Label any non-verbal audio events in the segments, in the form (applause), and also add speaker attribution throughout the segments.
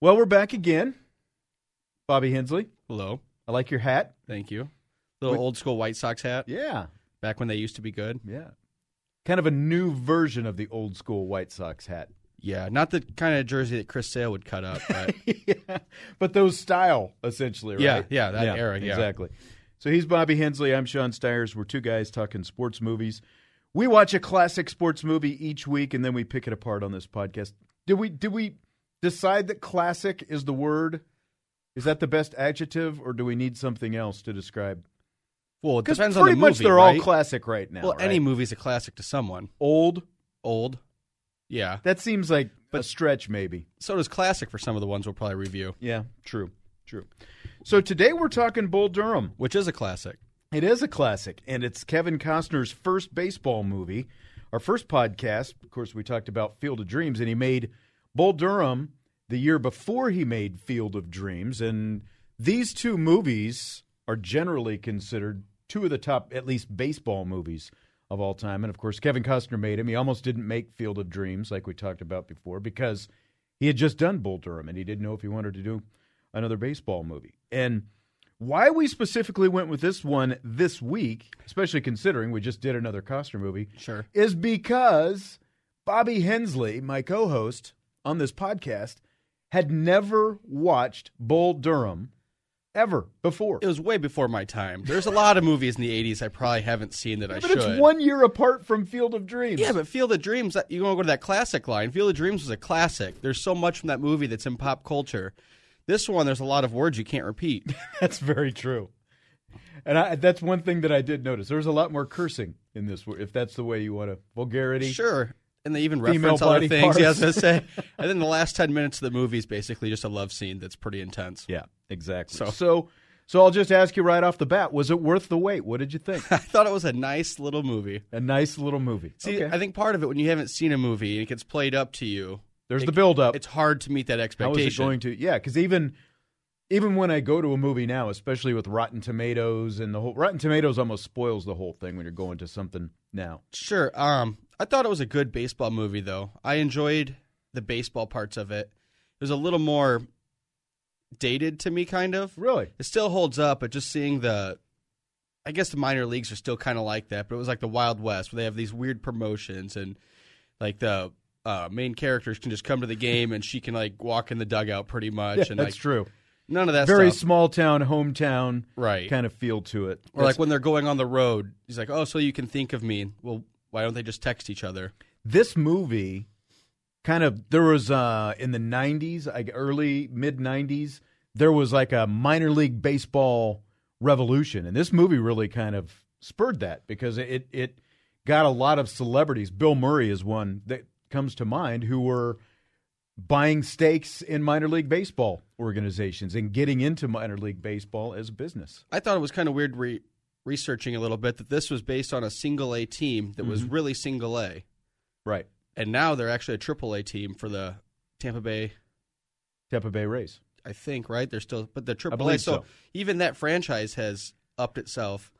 Speaker 1: Well, we're back again. Bobby Hensley,
Speaker 2: Hello.
Speaker 1: I like your hat.
Speaker 2: Thank you. Little
Speaker 1: We-
Speaker 2: old school White Sox hat
Speaker 1: Yeah,
Speaker 2: back when they used to be good.
Speaker 1: yeah. Kind of a new version of the old school White Sox hat.
Speaker 2: (laughs)
Speaker 1: (laughs)
Speaker 2: Yeah, not the kind of jersey that Chris Sale would cut up. But
Speaker 1: yeah. But those style, essentially, right?
Speaker 2: Yeah, yeah, that era, yeah.
Speaker 1: Exactly. So he's Bobby Hensley. I'm Sean Stires. We're two guys talking sports movies. We watch a classic sports movie each week, and then we pick it apart on this podcast. Did we? Did we decide that classic is the word? Is that the best adjective, or do we need something else to describe?
Speaker 2: well, it
Speaker 1: Because
Speaker 2: depends
Speaker 1: pretty
Speaker 2: on the movie.
Speaker 1: much they're all
Speaker 2: right?
Speaker 1: classic right now.
Speaker 2: Well, any
Speaker 1: right?
Speaker 2: movie's a classic to someone.
Speaker 1: old.
Speaker 2: Old. Yeah.
Speaker 1: That seems like a
Speaker 2: But-
Speaker 1: stretch, maybe.
Speaker 2: So does classic for some of the ones we'll probably review,
Speaker 1: Yeah, true, true. So today we're talking Bull Durham.
Speaker 2: which is a classic.
Speaker 1: It is a classic, and it's Kevin Costner's first baseball movie. Our first podcast, of course, we talked about Field of Dreams, and he made Bull Durham the year before he made Field of Dreams. And these two movies are generally considered two of the top, at least, baseball movies of all time. And of course, Kevin Costner made him. He almost didn't make Field of Dreams, like we talked about before, because he had just done Bull Durham and he didn't know if he wanted to do another baseball movie. And why we specifically went with this one this week, especially considering we just did another Costner movie,
Speaker 2: Sure.
Speaker 1: is because Bobby Hensley, my co host on this podcast, had never watched Bull Durham ever before.
Speaker 2: It was way before my time. There's a lot of movies in the 80s I probably haven't seen that I
Speaker 1: but
Speaker 2: should.
Speaker 1: it's one year apart from Field of Dreams.
Speaker 2: Yeah, but Field of Dreams, that- you want to go to that classic line. Field of Dreams was a classic. There's so much from that movie that's in pop culture. This one, there's a lot of words you can't repeat.
Speaker 1: That's very true. And I, that's one thing that I did notice. There's a lot more cursing in this, if that's the way you want to. Vulgarity.
Speaker 2: sure. And they even
Speaker 1: Female
Speaker 2: reference other
Speaker 1: body
Speaker 2: things. (laughs) Yeah, I was
Speaker 1: parts.
Speaker 2: going to
Speaker 1: (laughs)
Speaker 2: say. And then the last 10 minutes of the movie is basically just a love scene that's pretty intense.
Speaker 1: Yeah, exactly. So.
Speaker 2: So-
Speaker 1: so, I'll just ask you right off the bat: Was it worth the wait? What did you
Speaker 2: (laughs)
Speaker 1: think?
Speaker 2: (laughs) I thought it was a nice little movie.
Speaker 1: A nice little movie.
Speaker 2: See,
Speaker 1: Okay.
Speaker 2: I think part of it, when you haven't seen a movie and it gets played up to you,
Speaker 1: there's the build-up.
Speaker 2: it's hard to meet that
Speaker 1: How
Speaker 2: expectation.
Speaker 1: is it going to? Yeah, because even even when I go to a movie now, especially with Rotten Tomatoes and the whole Rotten Tomatoes almost spoils the whole thing when you're going to something now.
Speaker 2: Sure. Um, I thought it was a good baseball movie, though. I enjoyed the baseball parts of it. It was a little more dated to me, kind of.
Speaker 1: Really?
Speaker 2: It still holds up, but just seeing the, I guess the minor leagues are still kind of like that, but it was like the Wild West where they have these weird promotions and like the uh, main characters can just come to the game and she can like walk in the dugout pretty much
Speaker 1: Yeah,
Speaker 2: and
Speaker 1: that's
Speaker 2: like
Speaker 1: true.
Speaker 2: none of that
Speaker 1: Very
Speaker 2: stuff.
Speaker 1: small town, hometown
Speaker 2: Right.
Speaker 1: kind of feel to it.
Speaker 2: or like when they're going on the road, he's like, "Oh, so you can think of me." Well, why don't they just text each other?
Speaker 1: this movie kind of there was uh in the 90s like early mid 90s there was like a minor league baseball revolution and this movie really kind of spurred that because it it got a lot of celebrities bill murray is one that comes to mind who were buying stakes in minor league baseball organizations and getting into minor league baseball as a business
Speaker 2: I thought it was kind of weird re- researching a little bit that this was based on a single A team that
Speaker 1: Mm-hmm.
Speaker 2: was really single A,
Speaker 1: right
Speaker 2: and now they're actually a triple A team for the Tampa Bay,
Speaker 1: tampa bay rays
Speaker 2: I think. Right? They're still, but the triple A.
Speaker 1: believe
Speaker 2: So,
Speaker 1: so.
Speaker 2: even that franchise has upped itself.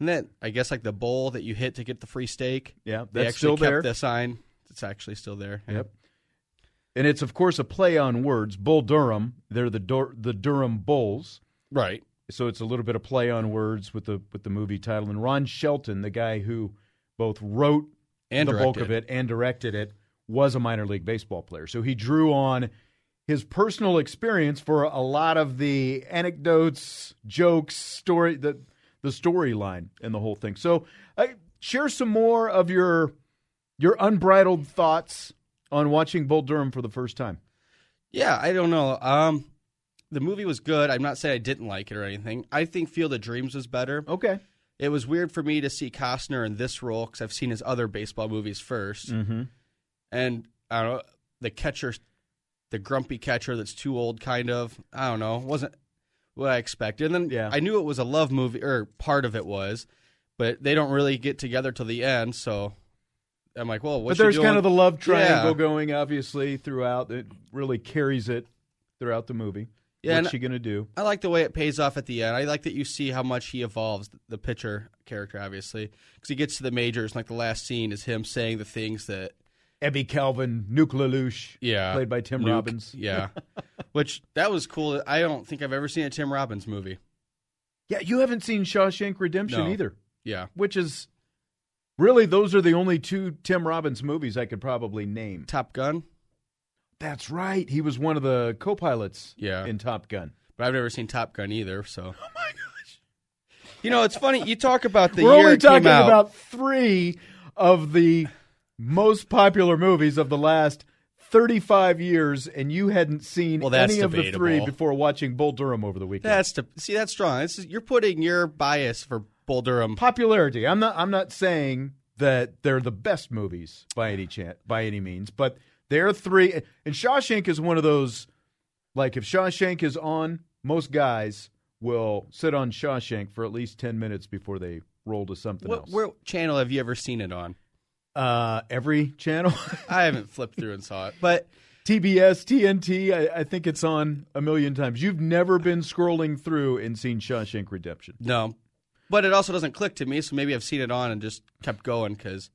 Speaker 2: And then I guess like the bowl that you hit to get the free steak.
Speaker 1: yeah
Speaker 2: they
Speaker 1: that's still
Speaker 2: actually kept
Speaker 1: there
Speaker 2: the sign. It's actually still there.
Speaker 1: Yep. And it's of course a play on words. Bull Durham, they're the Dur- the Durham Bulls,
Speaker 2: Right.
Speaker 1: so it's a little bit of play on words with the with the movie title. And Ron Shelton, the guy who both wrote
Speaker 2: And
Speaker 1: the bulk
Speaker 2: directed.
Speaker 1: of it and directed it, was a minor league baseball player. So he drew on his personal experience for a lot of the anecdotes, jokes, story the the storyline and the whole thing. So uh, share some more of your your unbridled thoughts on watching Bull Durham for the first time.
Speaker 2: Yeah, I don't know. Um, the movie was good. I'm not saying I didn't like it or anything. I think Field of Dreams was better.
Speaker 1: Okay.
Speaker 2: It was weird for me to see Costner in this role because I've seen his other baseball movies 1st
Speaker 1: Mm-hmm.
Speaker 2: and I don't know the catcher, the grumpy catcher that's too old, kind of. I don't know, wasn't what I expected. And then
Speaker 1: Yeah.
Speaker 2: I knew it was a love movie, or part of it was, but they don't really get together till the end. So I'm like, well,
Speaker 1: But
Speaker 2: what's she
Speaker 1: there's kind
Speaker 2: doing?
Speaker 1: of the love triangle
Speaker 2: Yeah.
Speaker 1: going, obviously, throughout. It really carries it throughout the movie.
Speaker 2: Yeah,
Speaker 1: What's
Speaker 2: and-
Speaker 1: she gonna do?
Speaker 2: I like the way it pays off at the end. I like that you see how much he evolves, the pitcher character, obviously, because he gets to the majors. And like the last scene is him saying the things that,
Speaker 1: Ebby Calvin, Nuke LaLoosh,
Speaker 2: yeah,
Speaker 1: played by Tim
Speaker 2: Nuke, (laughs)
Speaker 1: Robbins.
Speaker 2: yeah, Which that was cool. I don't think I've ever seen a Tim Robbins movie.
Speaker 1: Yeah, you haven't seen Shawshank Redemption
Speaker 2: No.
Speaker 1: either,
Speaker 2: Yeah.
Speaker 1: which is really those are the only two Tim Robbins movies I could probably name.
Speaker 2: Top Gun,
Speaker 1: That's right. He was one of the co-pilots
Speaker 2: Yeah.
Speaker 1: in Top Gun.
Speaker 2: but I've never seen Top Gun either. So. Oh my gosh. You know, it's funny. You talk about the
Speaker 1: We're
Speaker 2: year
Speaker 1: only
Speaker 2: it came
Speaker 1: talking
Speaker 2: out.
Speaker 1: about 3 of the most popular movies of the last 35 years and you hadn't seen
Speaker 2: Well, that's
Speaker 1: any of the 3
Speaker 2: debatable.
Speaker 1: before watching Bull Durham over the weekend.
Speaker 2: That's to see. That's strong. This is, you're putting your bias for Bull Durham.
Speaker 1: popularity. I'm not I'm not saying that they're the best movies by any chance by any means, but they're three and Shawshank is one of those like if Shawshank is on, most guys will sit on Shawshank for at least 10 minutes before they roll to something
Speaker 2: What,
Speaker 1: else.
Speaker 2: what channel have you ever seen it on?
Speaker 1: uh every channel (laughs)
Speaker 2: I haven't flipped through and saw it, but
Speaker 1: TBS, TNT, I, I think it's on a million times. You've never been scrolling through and seen Shawshank Redemption.
Speaker 2: no. But it also doesn't click to me, so maybe I've seen it on and just kept going because.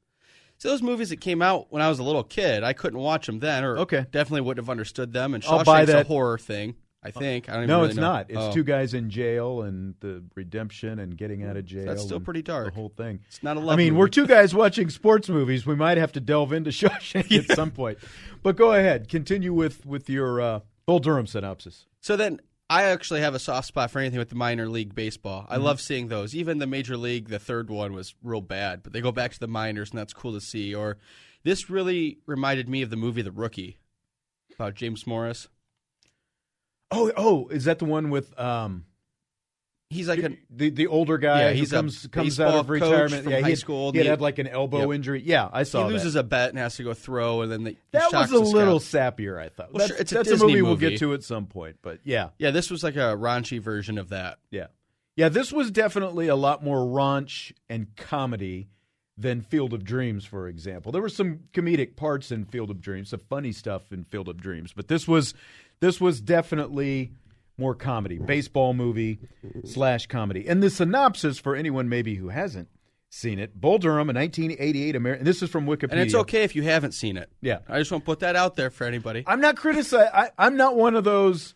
Speaker 2: So those movies that came out when I was a little kid, I couldn't watch them then, or
Speaker 1: Okay.
Speaker 2: definitely wouldn't have understood them. And
Speaker 1: I'll buy
Speaker 2: Shawshank's a
Speaker 1: that. Uh,
Speaker 2: horror thing, I think. I don't even
Speaker 1: No,
Speaker 2: really
Speaker 1: it's
Speaker 2: know.
Speaker 1: not. It's
Speaker 2: Oh.
Speaker 1: two guys in jail and the redemption and getting out of jail.
Speaker 2: That's still
Speaker 1: and
Speaker 2: pretty dark.
Speaker 1: The whole thing.
Speaker 2: It's not a love.
Speaker 1: I mean,
Speaker 2: movie.
Speaker 1: we're two guys watching sports movies. We might have to delve into (laughs) Shawshank at some point. But go ahead, continue with with your uh, Bull Durham synopsis.
Speaker 2: So then I actually have a soft spot for anything with the minor league baseball.
Speaker 1: Mm-hmm.
Speaker 2: I love seeing those. Even the major league, the third one was real bad, but they go back to the minors and that's cool to see. Or this really reminded me of the movie The Rookie about James Morris.
Speaker 1: Oh, oh, is that the one with um
Speaker 2: He's like an
Speaker 1: the the older guy
Speaker 2: Yeah,
Speaker 1: who
Speaker 2: he's a
Speaker 1: comes comes out
Speaker 2: baseball
Speaker 1: of
Speaker 2: coach
Speaker 1: retirement
Speaker 2: from
Speaker 1: yeah, he
Speaker 2: high
Speaker 1: had-
Speaker 2: school,
Speaker 1: He had,
Speaker 2: and he-
Speaker 1: had like an elbow
Speaker 2: Yep.
Speaker 1: injury. Yeah, I
Speaker 2: he
Speaker 1: saw that.
Speaker 2: loses a bet and has to go throw and then they, he
Speaker 1: That was
Speaker 2: shocks
Speaker 1: a
Speaker 2: the
Speaker 1: little
Speaker 2: scouts.
Speaker 1: sappier, I thought.
Speaker 2: Well,
Speaker 1: that's
Speaker 2: sure, it's a
Speaker 1: that's
Speaker 2: Disney
Speaker 1: movie we'll
Speaker 2: movie.
Speaker 1: get to at some point, but yeah.
Speaker 2: Yeah, this was like a raunchy version of that.
Speaker 1: Yeah. Yeah, this was definitely a lot more raunch and comedy than Field of Dreams, for example. There were some comedic parts in Field of Dreams, some funny stuff in Field of Dreams, but this was this was definitely more comedy, baseball movie slash comedy. And the synopsis for anyone maybe who hasn't seen it, Bull Durham, a 1988 American. This is from Wikipedia.
Speaker 2: And it's okay if you haven't seen it.
Speaker 1: Yeah.
Speaker 2: I just want to put that out there for anybody.
Speaker 1: I'm not criticizing. I, I'm not one of those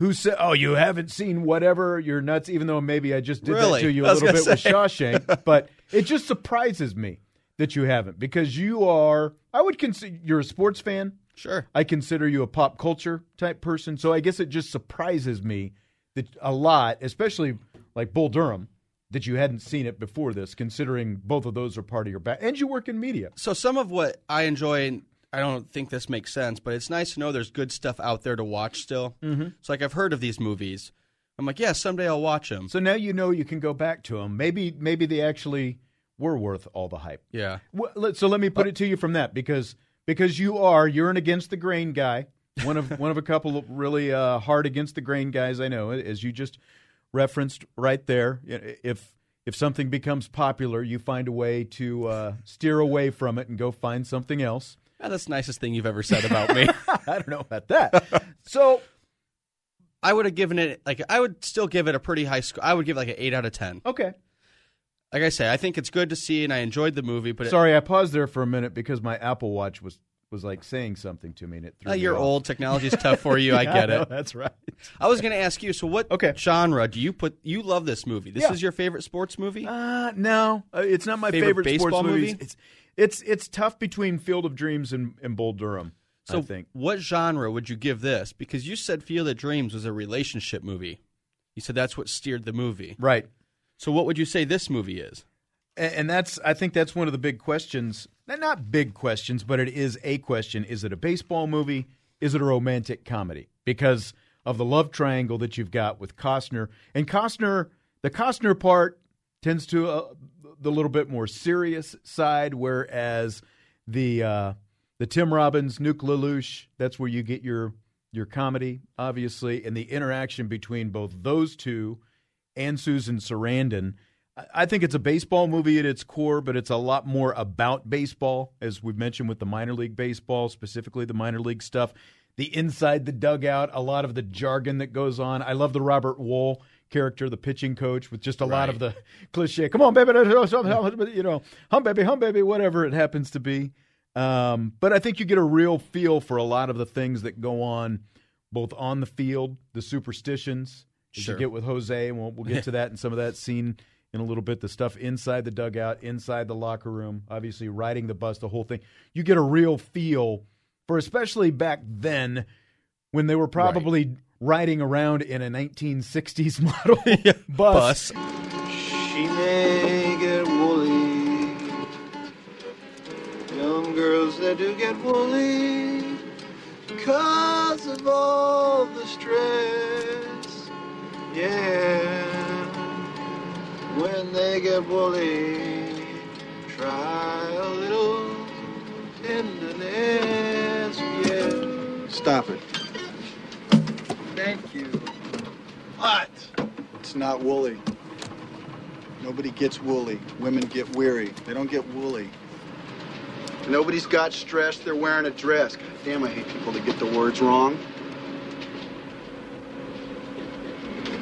Speaker 1: who say, "Oh, you haven't seen whatever. You're nuts." Even though maybe I just did
Speaker 2: Really?
Speaker 1: that to you
Speaker 2: I
Speaker 1: a
Speaker 2: was
Speaker 1: little bit
Speaker 2: gonna
Speaker 1: with
Speaker 2: say.
Speaker 1: Shawshank,
Speaker 2: (laughs)
Speaker 1: but it just surprises me that you haven't because you are. I would consider you're a sports fan.
Speaker 2: Sure.
Speaker 1: I consider you a pop culture type person. So I guess it just surprises me that a lot, especially like Bull Durham, that you hadn't seen it before this. Considering both of those are part of your back, and you work in media.
Speaker 2: So some of what I enjoy, and I don't think this makes sense, but it's nice to know there's good stuff out there to watch still. Mm-hmm. So like I've heard of these movies. I'm like, yeah, someday I'll watch them.
Speaker 1: So now you know you can go back to them. Maybe maybe they actually were worth all the hype.
Speaker 2: yeah.
Speaker 1: Wh- let- So let me
Speaker 2: Uh,
Speaker 1: put it to you from that because because you are you're an against the grain guy. One of one of a couple of really uh, hard against the grain guys I know, as you just referenced right there. You know, If if something becomes popular, you find a way to uh, steer away from it and go find something else. (laughs)
Speaker 2: Ah, that's the nicest thing you've ever said about me.
Speaker 1: I don't know about that. So
Speaker 2: (laughs) I would have given it like I would still give it a pretty high score. I would give it like an eight out of ten.
Speaker 1: okay,
Speaker 2: Like I say, I think it's good to see, and I enjoyed the movie. But it-
Speaker 1: sorry I paused there for a minute because my Apple Watch was was like saying something to me and it threw
Speaker 2: uh,
Speaker 1: me
Speaker 2: you're
Speaker 1: off.
Speaker 2: old. Technology's tough for you.
Speaker 1: (laughs)
Speaker 2: I
Speaker 1: Yeah,
Speaker 2: get
Speaker 1: know,
Speaker 2: it.
Speaker 1: That's right.
Speaker 2: I was going to ask you. So what
Speaker 1: Okay.
Speaker 2: genre do you put? You love this movie. This
Speaker 1: Yeah.
Speaker 2: is your favorite sports movie.
Speaker 1: Uh, no, uh, it's not my favorite,
Speaker 2: Favorite
Speaker 1: sports
Speaker 2: baseball
Speaker 1: movies.
Speaker 2: movie?
Speaker 1: It's it's it's tough between Field of Dreams and, and Bull Durham.
Speaker 2: So,
Speaker 1: I think
Speaker 2: what genre would you give this? Because you said Field of Dreams was a relationship movie. You said that's what steered the movie.
Speaker 1: right,
Speaker 2: So, what would you say this movie is?
Speaker 1: and, and that's I think that's one of the big questions. They're not big questions, but it is a question: Is it a baseball movie? Is it a romantic comedy? Because of the love triangle that you've got with Costner and Costner, the Costner part tends to uh, the little bit more serious side, whereas the uh, the Tim Robbins, Nuke Lelouch, that's where you get your your comedy, obviously, and the interaction between both those two and Susan Sarandon. I- I think it's a baseball movie at its core, but it's a lot more about baseball, as we've mentioned with the minor league baseball, specifically the minor league stuff. The inside the dugout, a lot of the jargon that goes on. I love the Robert Wool character, the pitching coach, with just a lot of the (laughs) cliche. Come on, baby, you know, hum baby, hum baby, whatever it happens to be. Um, but I think you get a real feel for a lot of the things that go on both on the field, the superstitions that
Speaker 2: Sure.
Speaker 1: you get with Jose, and we'll, we'll get to that and some of that scene in a little bit. The stuff inside the dugout, inside the locker room, obviously riding the bus, the whole thing. You get a real feel for, especially back then when they were probably riding around in a 1960s (laughs) model bus.
Speaker 2: Bus.
Speaker 3: She may get woolly. Young girls, they do get woolly. Cause of all the stress. Yeah. When they get woolly, try a little tenderness. Yeah. Stop it. Thank you. What? It's not woolly. Nobody gets woolly. Women get weary. They don't get woolly. Nobody's got stress. They're wearing a dress. God damn, I hate people that get the words wrong.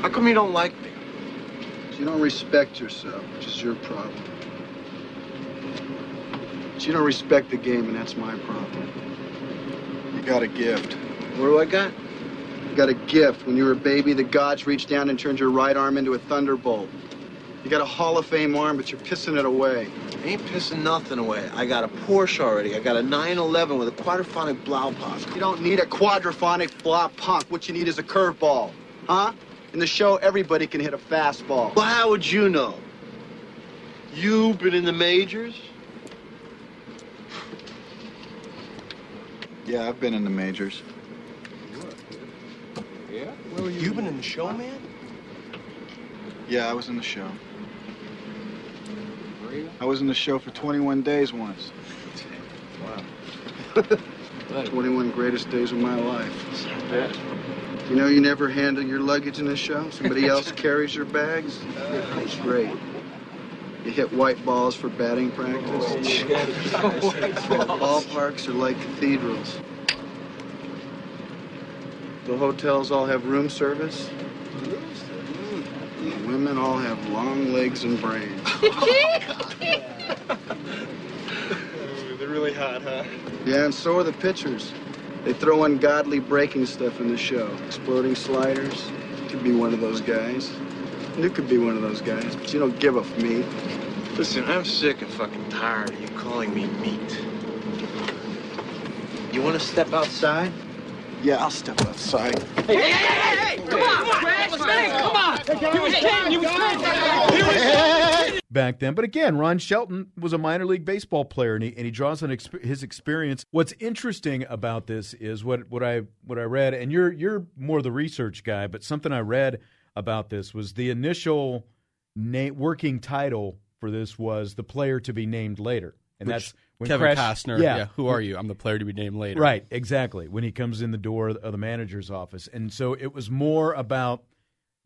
Speaker 3: How come you don't like me? 'Cause You don't respect yourself, which is your problem. But you don't respect the game, and that's my problem. You got a gift. What do I got? You got a gift. When you were a baby, the gods reached down and turned your right arm into a thunderbolt. You got a Hall of Fame arm, but you're pissing it away.
Speaker 4: I ain't pissing nothing away. I got a Porsche already. I got a 911 with a quadraphonic Blaupunkt.
Speaker 3: You don't need a quadraphonic flop punk. What you need is a curveball, huh? In the show, everybody can hit a fastball.
Speaker 4: Well, how would you know? You've been in the majors?
Speaker 3: Yeah, I've been in the majors.
Speaker 4: You've been in the show, man?
Speaker 3: Yeah, I was in the show. I was in the show for 21 days once. (laughs) Wow. 21 greatest days of my life. You know, you never handle your luggage in the show. Somebody else
Speaker 4: (laughs)
Speaker 3: carries your bags. It's great. You hit white balls for batting
Speaker 4: Oh,
Speaker 3: practice. Ballparks are like cathedrals. The hotels all have room service. The women all have long legs and brains.
Speaker 4: They're really hot, huh?
Speaker 3: Yeah, and so are the pitchers. They throw ungodly breaking stuff in the show. Exploding sliders. You could be one of those guys. You could be one of those guys, but you don't give a f me.
Speaker 4: Listen, I'm sick and fucking tired of you calling me meat. You want to step outside?
Speaker 3: Yeah, I'll step outside.
Speaker 1: back then. But again, Ron Shelton was a minor league baseball player, and he, and he draws on exp- his experience. What's interesting about this is what what I what I read, and you're you're more the research guy, but something I read about this was the initial na- working title for this was the player to be named later, and
Speaker 2: Which
Speaker 1: that's when
Speaker 2: Kevin
Speaker 1: Crash-
Speaker 2: Costner. Yeah. Who are you? I'm the player to be named later.
Speaker 1: Right, exactly. When he comes in the door of the manager's office. And so it was more about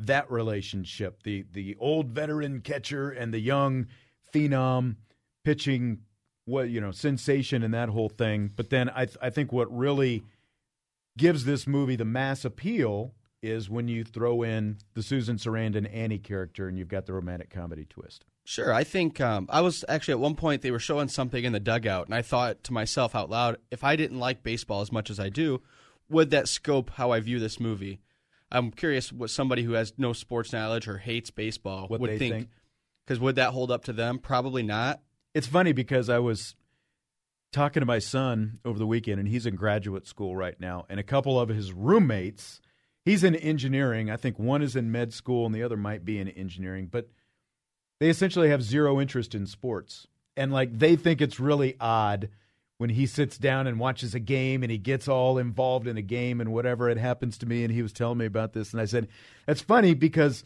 Speaker 1: that relationship, the the old veteran catcher and the young phenom pitching what, you know, sensation and that whole thing. But then I th- I think what really gives this movie the mass appeal is when you throw in the Susan Sarandon Annie character and you've got the romantic comedy twist.
Speaker 2: Sure. I think um, I was actually at one point they were showing something in the dugout, and I thought to myself out loud, if I didn't like baseball as much as I do, would that scope how I view this movie? I'm curious what somebody who has no sports knowledge or hates baseball
Speaker 1: What
Speaker 2: would
Speaker 1: they think.
Speaker 2: Because would that hold up to them? Probably not.
Speaker 1: It's funny because I was talking to my son over the weekend, and he's in graduate school right now. And a couple of his roommates, he's in engineering. I think one is in med school, and the other might be in engineering. But they essentially have zero interest in sports, and like they think it's really odd when he sits down and watches a game and he gets all involved in a game and whatever it happens to me and he was telling me about this and I said that's funny because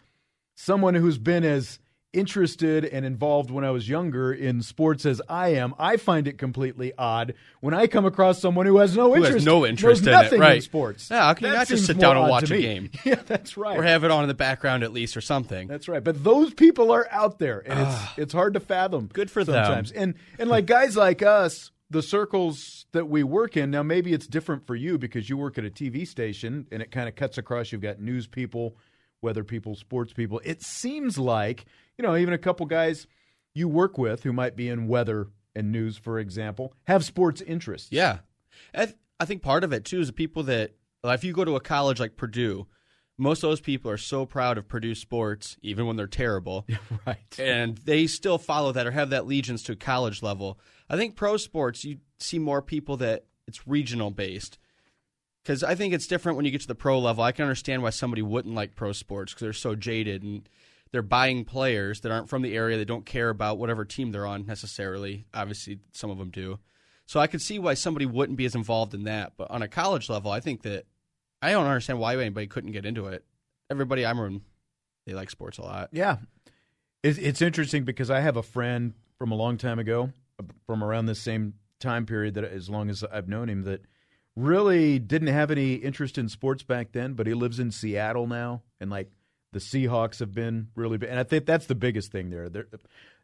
Speaker 1: someone who's been as interested and involved when I was younger in sports as I am, I find it completely odd when I come across someone who has no
Speaker 2: Who has
Speaker 1: interest,
Speaker 2: no interest
Speaker 1: knows
Speaker 2: in it,
Speaker 1: nothing
Speaker 2: right.
Speaker 1: sports.
Speaker 2: Yeah, how can you
Speaker 1: That
Speaker 2: not
Speaker 1: seems
Speaker 2: just sit down
Speaker 1: more
Speaker 2: and
Speaker 1: odd to
Speaker 2: watch a
Speaker 1: me.
Speaker 2: game?
Speaker 1: (laughs) Yeah, that's right.
Speaker 2: Or have it on in the background at least or something.
Speaker 1: That's right. But those people are out there, and it's it's hard to fathom.
Speaker 2: Ah. Good for them.
Speaker 1: sometimes. And and like guys like us, the circles that we work in now, maybe it's different for you because you work at a TV station, and it kind of cuts across. You've got news people, weather people, sports people. It seems like you know even a couple guys you work with who might be in weather and news, for example, have sports interests.
Speaker 2: Yeah. I, th- I think part of it, too, is the people that Like, if you go to a college like Purdue, most of those people are so proud of Purdue sports, even when they're terrible,
Speaker 1: (laughs) right.
Speaker 2: (laughs) and they still follow that or have that allegiance to college level. I think pro sports, you see more people that it's regional based. Because I think it's different when you get to the pro level. I can understand why somebody wouldn't like pro sports because they're so jaded and they're buying players that aren't from the area. They don't care about whatever team they're on necessarily. Obviously, some of them do. So I could see why somebody wouldn't be as involved in that. But on a college level, I think that I don't understand why anybody couldn't get into it. Everybody I'm around, they like sports a lot.
Speaker 1: Yeah. It's, it's interesting because I have a friend from a long time ago, uh, from around this same time period that as long as I've known him, that really didn't have any interest in sports back then, but he lives in Seattle now, and like the Seahawks have been really big. And I think that's the biggest thing there. there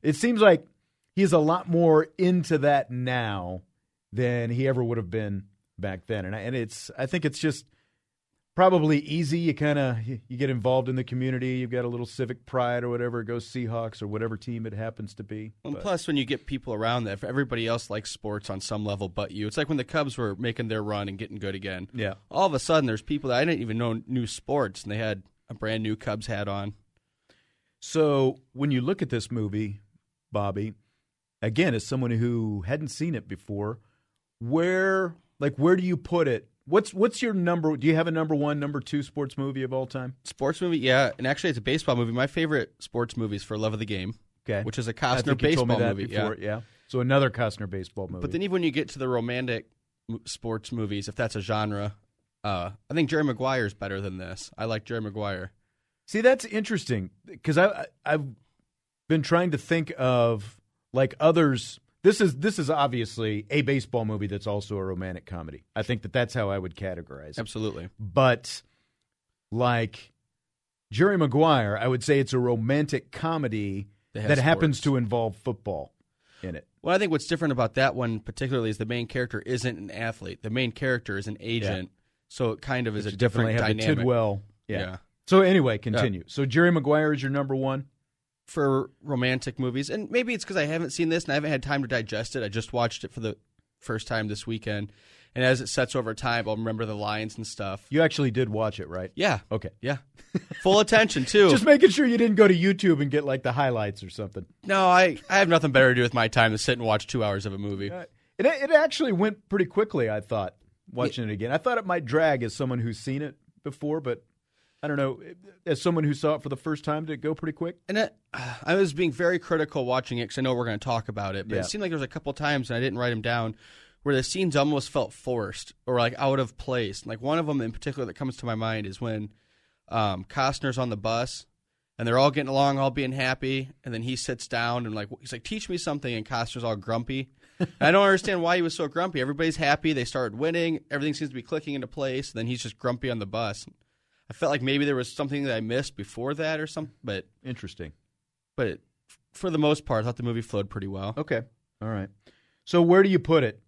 Speaker 1: it seems like he's a lot more into that now than he ever would have been back then. And I, and it's I think it's just probably easy. You kind of you get involved in the community. You've got a little civic pride or whatever. Go Seahawks or whatever team it happens to be.
Speaker 2: And
Speaker 1: But-
Speaker 2: plus, when you get people around that, if everybody else likes sports on some level but you, it's like when the Cubs were making their run and getting good again.
Speaker 1: yeah,
Speaker 2: All of a sudden, there's people that I didn't even know knew sports, and they had a brand new Cubs hat on.
Speaker 1: So when you look at this movie, Bobby, again as someone who hadn't seen it before, where like where do you put it? What's what's your number? Do you have a number one, number two sports movie of all time?
Speaker 2: Sports movie, yeah, and actually, it's a baseball movie. My favorite sports movie is For Love of the Game,
Speaker 1: Okay,
Speaker 2: which is a
Speaker 1: I
Speaker 2: Costner
Speaker 1: think you told me
Speaker 2: baseball
Speaker 1: that
Speaker 2: movie.
Speaker 1: before, yeah. So another Costner baseball movie.
Speaker 2: But then even when you get to the romantic m- sports movies, if that's a genre, uh, I think Jerry Maguire's better than this. I like Jerry Maguire.
Speaker 1: See, that's interesting because I, I I've been trying to think of like others. This is this is obviously a baseball movie that's also a romantic comedy. I think that that's how I would categorize it.
Speaker 2: Absolutely.
Speaker 1: But like Jerry Maguire, I would say it's a romantic comedy
Speaker 2: That
Speaker 1: that
Speaker 2: has
Speaker 1: happens
Speaker 2: sports.
Speaker 1: to involve football in it.
Speaker 2: Well, I think what's different about that one particularly is the main character isn't an athlete. The main character is an agent, so it kind of is
Speaker 1: Which
Speaker 2: a
Speaker 1: definitely
Speaker 2: different
Speaker 1: have the
Speaker 2: dynamic.
Speaker 1: Tidwell. Yeah.
Speaker 2: Yeah.
Speaker 1: So anyway, continue. So Jerry Maguire is your number one.
Speaker 2: for romantic movies, and maybe it's because I haven't seen this and I haven't had time to digest it. I just watched it for the first time this weekend, and as it sets over time, I'll remember the lines and stuff.
Speaker 1: You actually did watch it, right?
Speaker 2: Yeah,
Speaker 1: Okay.
Speaker 2: yeah, full attention
Speaker 1: (laughs)
Speaker 2: too.
Speaker 1: Just making sure you didn't go to YouTube and get like the highlights or something.
Speaker 2: no, I I have nothing better to do with my time than sit and watch two hours of a movie.
Speaker 1: Uh, It it actually went pretty quickly. I thought watching it again. I thought it might drag as someone who's seen it before, but I don't know. As someone who saw it for the first time, did it go pretty quick?
Speaker 2: And it, (sighs) I was being very critical watching it because I know we're going to talk about it. But
Speaker 1: Yeah.
Speaker 2: it seemed like there was a couple times, and I didn't write them down, where the scenes almost felt forced or like out of place. Like one of them in particular that comes to my mind is when um, Costner's on the bus and they're all getting along, all being happy, and then he sits down and like he's like, "Teach me something," and Costner's all grumpy. And I don't understand why he was so grumpy. Everybody's happy. They started winning. Everything seems to be clicking into place. And then he's just grumpy on the bus. I felt like maybe there was something that I missed before that or something, but
Speaker 1: Interesting.
Speaker 2: but it, for the most part, I thought the movie flowed pretty well.
Speaker 1: Okay. All right. So where do you put it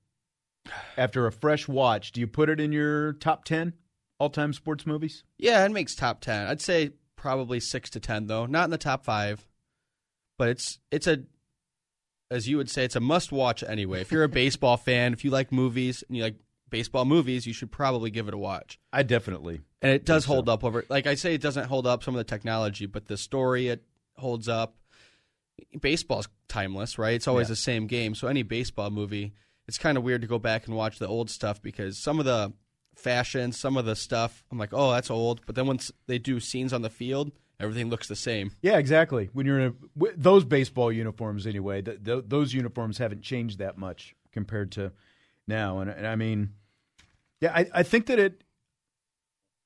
Speaker 1: after a fresh watch? Do you put it in your top ten all time sports movies?
Speaker 2: Yeah, it makes top ten. I'd say probably six to ten though, not in the top five, but it's it's a as you would say, it's a must watch anyway. If you're a baseball fan, if you like movies and you like baseball movies, you should probably give it a watch.
Speaker 1: I definitely.
Speaker 2: And it does hold up over. Like I say, it doesn't hold up some of the technology, but the story it holds up. Baseball's timeless, right? It's always
Speaker 1: Yeah.
Speaker 2: the same game. So any baseball movie, it's kind of weird to go back and watch the old stuff because some of the fashion, some of the stuff, I'm like, oh, that's old. But then once they do scenes on the field, everything looks the same.
Speaker 1: Yeah, exactly. When you're in a, w- those baseball uniforms, anyway, th- th- those uniforms haven't changed that much compared to now. And, and I mean, yeah, I, I think that it,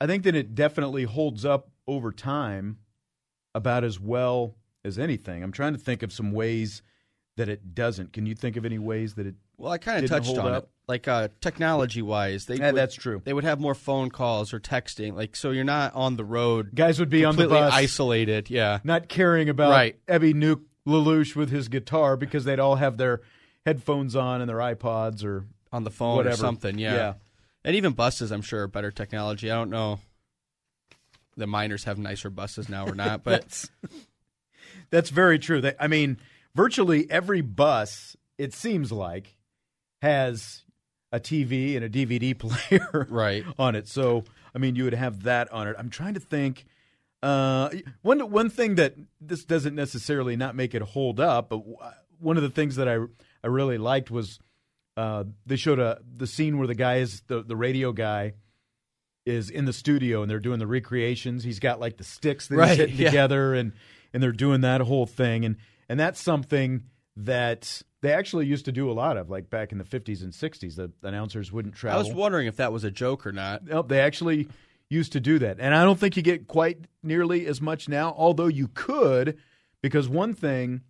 Speaker 1: I think that it definitely holds up over time, about as well as anything. I'm trying to think of some ways that it doesn't. Can you think of any ways that it?
Speaker 2: Well, I kind of
Speaker 1: Didn't
Speaker 2: touched
Speaker 1: hold
Speaker 2: on
Speaker 1: up.
Speaker 2: it, like uh, technology wise. They
Speaker 1: Yeah,
Speaker 2: would-
Speaker 1: that's true.
Speaker 2: They would have more phone calls or texting, like so you're not on the road,
Speaker 1: Guys would be on the
Speaker 2: completely
Speaker 1: bus,
Speaker 2: isolated. Yeah,
Speaker 1: not caring about
Speaker 2: Right.
Speaker 1: Ebby Nuke Lelouch with his guitar because they'd all have their headphones on and their iPods or
Speaker 2: on the phone
Speaker 1: Whatever.
Speaker 2: or something. Yeah.
Speaker 1: Yeah.
Speaker 2: And even buses, I'm sure, are better technology. I don't know. The miners have nicer buses now or not,
Speaker 1: (laughs)
Speaker 2: but
Speaker 1: that's that's very true. That I mean, virtually every bus, it seems like, has a TV and a DVD (laughs) player
Speaker 2: Right.
Speaker 1: on it. So I mean, you would have that on it. I'm trying to think. Uh, one one thing that this doesn't necessarily not make it hold up, but w- one of the things that I I really liked was uh, they showed a the scene where the guy is the the radio guy is in the studio and they're doing the recreations. He's got like the sticks that
Speaker 2: Right,
Speaker 1: he's hitting
Speaker 2: yeah.
Speaker 1: together and and they're doing that whole thing and and that's something that they actually used to do a lot of like back in the 50s and 60s the announcers wouldn't
Speaker 2: I
Speaker 1: travel
Speaker 2: was wondering if that was a joke or not.
Speaker 1: Nope, oh, they actually used to do that. And I don't think you get quite nearly as much now, although you could, because one thing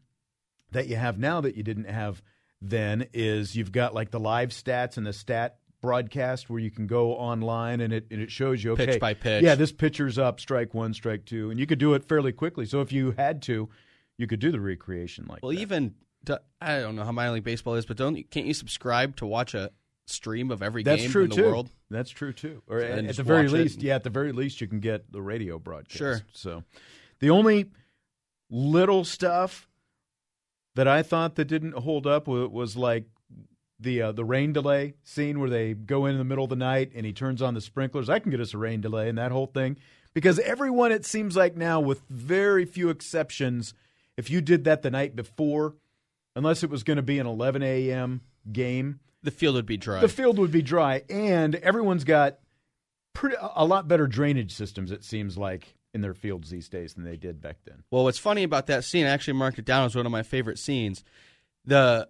Speaker 1: that you have now that you didn't have then is you've got like the live stats and the stat broadcast where you can go online and it and it shows you
Speaker 2: Pitch
Speaker 1: okay
Speaker 2: by pitch.
Speaker 1: yeah this pitcher's up strike one strike two and you could do it fairly quickly so if you had to you could do the recreation like
Speaker 2: Well,
Speaker 1: that.
Speaker 2: even do- I don't know how minor league baseball is, but don't you- can't you subscribe to watch a stream of every
Speaker 1: that's
Speaker 2: game
Speaker 1: true
Speaker 2: in the
Speaker 1: too
Speaker 2: world?
Speaker 1: that's true too or
Speaker 2: So then
Speaker 1: at, at
Speaker 2: just
Speaker 1: the very
Speaker 2: watch it
Speaker 1: least
Speaker 2: and-
Speaker 1: yeah at the very least you can get the radio broadcast
Speaker 2: Sure.
Speaker 1: so the only little stuff that i thought that didn't hold up was, was like the uh, the rain delay scene where they go in in the middle of the night and he turns on the sprinklers i can get us a rain delay and that whole thing because everyone it seems like now with very few exceptions if you did that the night before unless it was going to be an 11 a.m game
Speaker 2: The field would be dry.
Speaker 1: the field would be dry, and everyone's got pretty a lot better drainage systems. It seems like in their fields these days than they did back then.
Speaker 2: well, what's funny about that scene, I actually marked it down as one of my favorite scenes. The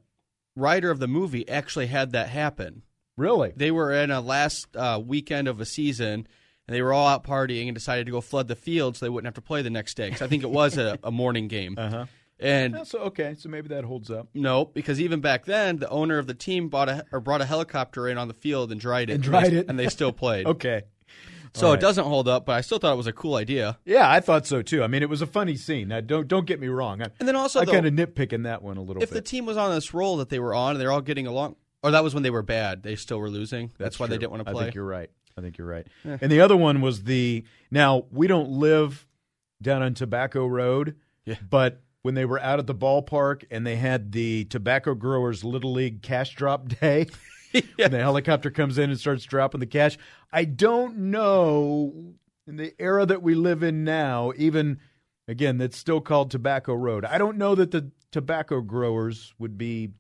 Speaker 2: writer of the movie actually had that happen.
Speaker 1: Really?
Speaker 2: They were in a last uh, weekend of a season, and they were all out partying and decided to go flood the field so they wouldn't have to play the next day. 'cause I think it was a, a morning game.
Speaker 1: Uh-huh.
Speaker 2: And
Speaker 1: Yeah, so okay, so maybe that holds up.
Speaker 2: No, because even back then, the owner of the team bought a or brought a helicopter in on the field and dried it,
Speaker 1: And dried it.
Speaker 2: and they still
Speaker 1: (laughs)
Speaker 2: played.
Speaker 1: Okay.
Speaker 2: so
Speaker 1: all right.
Speaker 2: it doesn't hold up, but I still thought it was a cool idea.
Speaker 1: Yeah, I thought so too. I mean, it was a funny scene. Now, don't don't get me wrong. I,
Speaker 2: And then also,
Speaker 1: I
Speaker 2: though,
Speaker 1: kind of nitpicking that one a little
Speaker 2: if the
Speaker 1: bit.
Speaker 2: team was on this roll that they were on and they're all getting along, or that was when they were bad, they still were losing. That's, why they
Speaker 1: true.
Speaker 2: didn't want to
Speaker 1: I
Speaker 2: play.
Speaker 1: think you're right. I think you're right. And the other one was the now we don't live down on Tobacco Road,
Speaker 2: Yeah.
Speaker 1: but when they were out at the ballpark and they had the Tobacco Growers Little League Cash Drop (laughs)
Speaker 2: (laughs)
Speaker 1: Day, and the helicopter comes in and starts dropping the cash. I don't know in the era that we live in now, even again, that's still called Tobacco Road. I don't know that the tobacco growers would be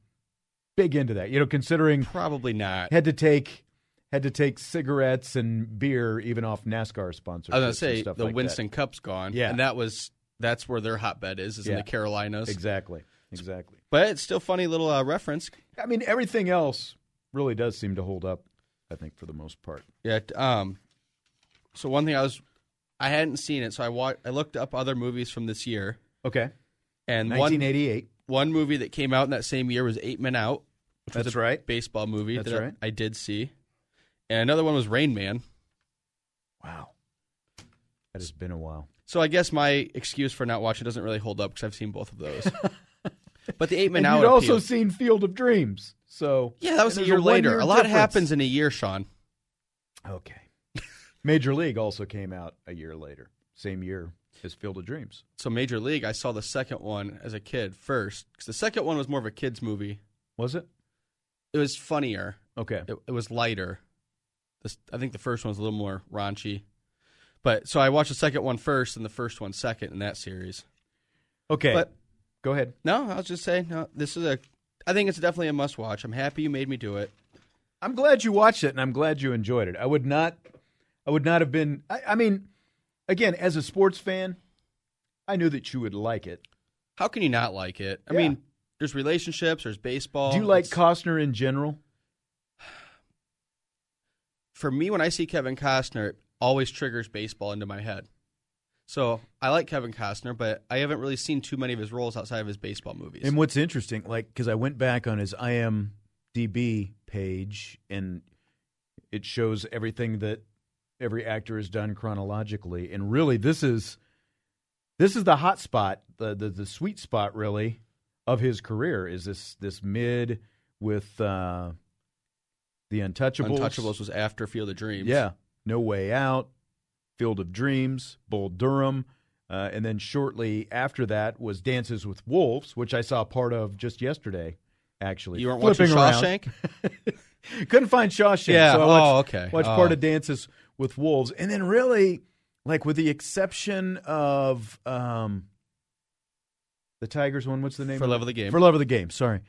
Speaker 1: big into that. You know, considering
Speaker 2: Probably not.
Speaker 1: had to take had to take cigarettes and beer even off NASCAR sponsors.
Speaker 2: I was gonna say
Speaker 1: stuff
Speaker 2: the
Speaker 1: like that.
Speaker 2: Winston Cup's gone,
Speaker 1: Yeah.
Speaker 2: and that was that's where their hotbed is, is in
Speaker 1: Yeah.
Speaker 2: the Carolinas. (laughs)
Speaker 1: Exactly, exactly.
Speaker 2: But it's still funny little uh, reference.
Speaker 1: I mean, everything else really does seem to hold up. I think for the most part.
Speaker 2: Yeah. t- Um. So one thing I was, I hadn't seen it, so I wa- I looked up other movies from this year,
Speaker 1: Okay,
Speaker 2: and one
Speaker 1: 1988.
Speaker 2: one movie that came out in that same year was Eight Men Out. Which was
Speaker 1: That's
Speaker 2: a
Speaker 1: right.
Speaker 2: Baseball movie.
Speaker 1: That's
Speaker 2: that I-
Speaker 1: right.
Speaker 2: I, did see, and another one was Rain Man.
Speaker 1: Wow, that has been a while.
Speaker 2: So I guess my excuse for not watching doesn't really hold up because I've seen both
Speaker 1: (laughs)
Speaker 2: of those. but the Eight Men
Speaker 1: And
Speaker 2: Out
Speaker 1: you'd also
Speaker 2: appealed.
Speaker 1: seen Field of Dreams. So
Speaker 2: yeah, that was
Speaker 1: and there's
Speaker 2: a year later.
Speaker 1: one-year
Speaker 2: a lot
Speaker 1: difference.
Speaker 2: happens in a year, Sean.
Speaker 1: Okay. Major League also came out a year later, same year as Field of Dreams.
Speaker 2: So Major League, I saw the second one as a kid first because the second one was more of a kids movie.
Speaker 1: Was it?
Speaker 2: It was funnier.
Speaker 1: Okay.
Speaker 2: it, it was lighter. This, I think the first one was a little more raunchy. But so I watched the second one first and the first one second in that series.
Speaker 1: Okay.
Speaker 2: But
Speaker 1: Go ahead.
Speaker 2: no, I was just saying, no, this is a. I think it's definitely a must watch. I'm happy you made me do it.
Speaker 1: I'm glad you watched it, and I'm glad you enjoyed it. I would not, I would not have been. I, I mean, again, as a sports fan, I knew that you would like it.
Speaker 2: How can you not like it? I
Speaker 1: Yeah.
Speaker 2: mean, there's relationships, there's baseball.
Speaker 1: Do you like
Speaker 2: It's-
Speaker 1: Costner in general?
Speaker 2: for me, when I see Kevin Costner, it always triggers baseball into my head. So I like Kevin Costner, but I haven't really seen too many of his roles outside of his baseball movies.
Speaker 1: And what's interesting, like, because I went back on his IMDb page, and it shows everything that every actor has done chronologically. And really, this is this is the hot spot, the the, the sweet spot, really, of his career. Is this this mid with uh, the Untouchables?
Speaker 2: Untouchables was after Field of Dreams.
Speaker 1: Yeah. No Way Out, Field of Dreams, Bull Durham. Uh, and then shortly after that was Dances with Wolves, which I saw part of just yesterday, actually.
Speaker 2: You weren't
Speaker 1: Flipping
Speaker 2: watching
Speaker 1: around. (laughs)
Speaker 2: Shawshank?
Speaker 1: Couldn't find Shawshank.
Speaker 2: Yeah,
Speaker 1: So I
Speaker 2: oh,
Speaker 1: watched,
Speaker 2: okay.
Speaker 1: Watched
Speaker 2: Oh.
Speaker 1: part of Dances with Wolves, and then really, like with the exception of um, the Tigers one. What's the name?
Speaker 2: For
Speaker 1: of
Speaker 2: Love of
Speaker 1: it?
Speaker 2: the Game.
Speaker 1: For love of the game. Sorry.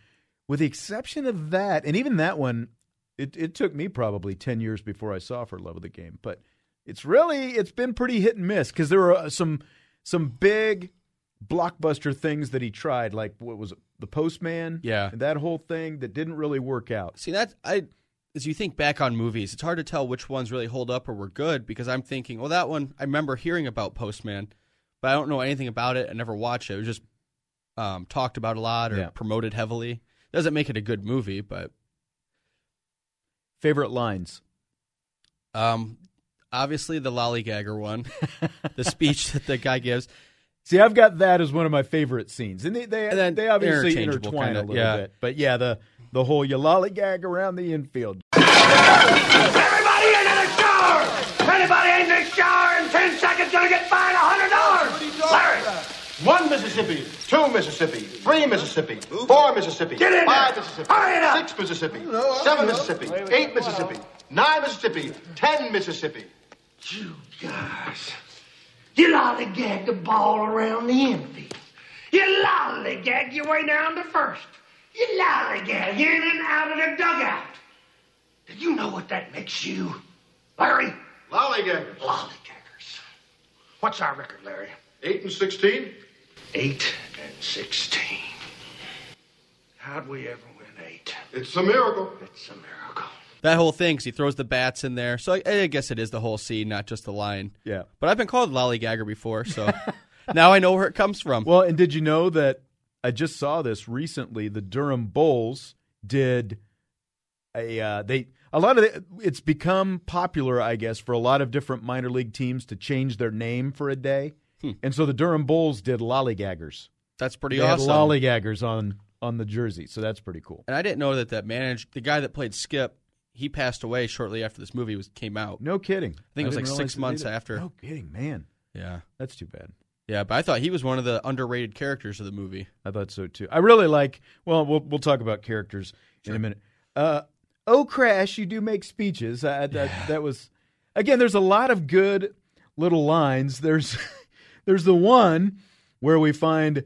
Speaker 1: With the exception of that, and even that one, it it took me probably ten years before I saw For Love of the Game, but it's really it's been pretty hit and miss because there were uh, some some big blockbuster things that he tried, like what was it, the Postman,
Speaker 2: Yeah.
Speaker 1: and that whole thing that didn't really work out.
Speaker 2: See that I as you think back on movies, it's hard to tell which ones really hold up or were good because I'm thinking, well, that one I remember hearing about Postman, but I don't know anything about it. I never watched it. It was just um, talked about a lot or
Speaker 1: Yeah.
Speaker 2: promoted heavily. Doesn't make it a good movie, but
Speaker 1: Favorite lines.
Speaker 2: um, obviously the lollygagger one, the speech that the guy gives.
Speaker 1: See, I've got that as one of my favorite scenes, and they they,
Speaker 2: And then
Speaker 1: they obviously
Speaker 2: interchangeable
Speaker 1: intertwine
Speaker 2: kinda,
Speaker 1: a little
Speaker 2: yeah.
Speaker 1: bit. But yeah, the the whole you lollygag around the infield.
Speaker 5: Everybody into the shower! Anybody in the shower in 10 seconds gonna get fined $100! Larry!
Speaker 6: One Mississippi, two Mississippi, three Mississippi, four Mississippi,
Speaker 5: Get in
Speaker 6: five
Speaker 5: there.
Speaker 6: Mississippi,
Speaker 5: Hurry it up.
Speaker 6: six Mississippi, seven Mississippi, eight Mississippi, nine Mississippi, ten Mississippi.
Speaker 5: You guys, you lollygag the ball around the infield. You lollygag your way down to first. You lollygag in and out of the dugout. Did you know what that makes you? Larry?
Speaker 6: Lollygaggers,
Speaker 5: Lollygaggers. What's our record, Larry?
Speaker 6: eight and sixteen.
Speaker 5: Eight and 16. How'd we ever win eight?
Speaker 6: It's a miracle.
Speaker 5: It's a miracle.
Speaker 2: That whole thing, 'cause he throws the bats in there. So I, I guess it is the whole scene, not just the line.
Speaker 1: Yeah.
Speaker 2: But I've been called lollygagger before,
Speaker 1: (laughs)
Speaker 2: so now I know where it comes from.
Speaker 1: Well, and did you know that I just saw this recently? The Durham Bulls did a uh, they a lot of the, it's become popular, I guess, for a lot of different minor league teams to change their name for a day,
Speaker 2: Hmm.
Speaker 1: and so the Durham Bulls did lollygaggers.
Speaker 2: That's pretty
Speaker 1: They
Speaker 2: awesome.
Speaker 1: had lollygaggers on on the jersey, so that's pretty cool.
Speaker 2: And I didn't know that that managed the guy that played Skip. He passed away shortly after this movie was came out.
Speaker 1: No kidding. I
Speaker 2: think it was
Speaker 1: didn't
Speaker 2: like
Speaker 1: realize
Speaker 2: six
Speaker 1: they
Speaker 2: months
Speaker 1: did it.
Speaker 2: after.
Speaker 1: No kidding, man.
Speaker 2: Yeah,
Speaker 1: That's too bad.
Speaker 2: yeah. But I thought he was one of the underrated characters of the movie.
Speaker 1: I thought so too. I really like. Well, we'll we'll talk about characters in a minute. Uh, oh, crash! You do make speeches. I, I- that, that was again. There's a lot of good little lines. There's (laughs) there's the one where we find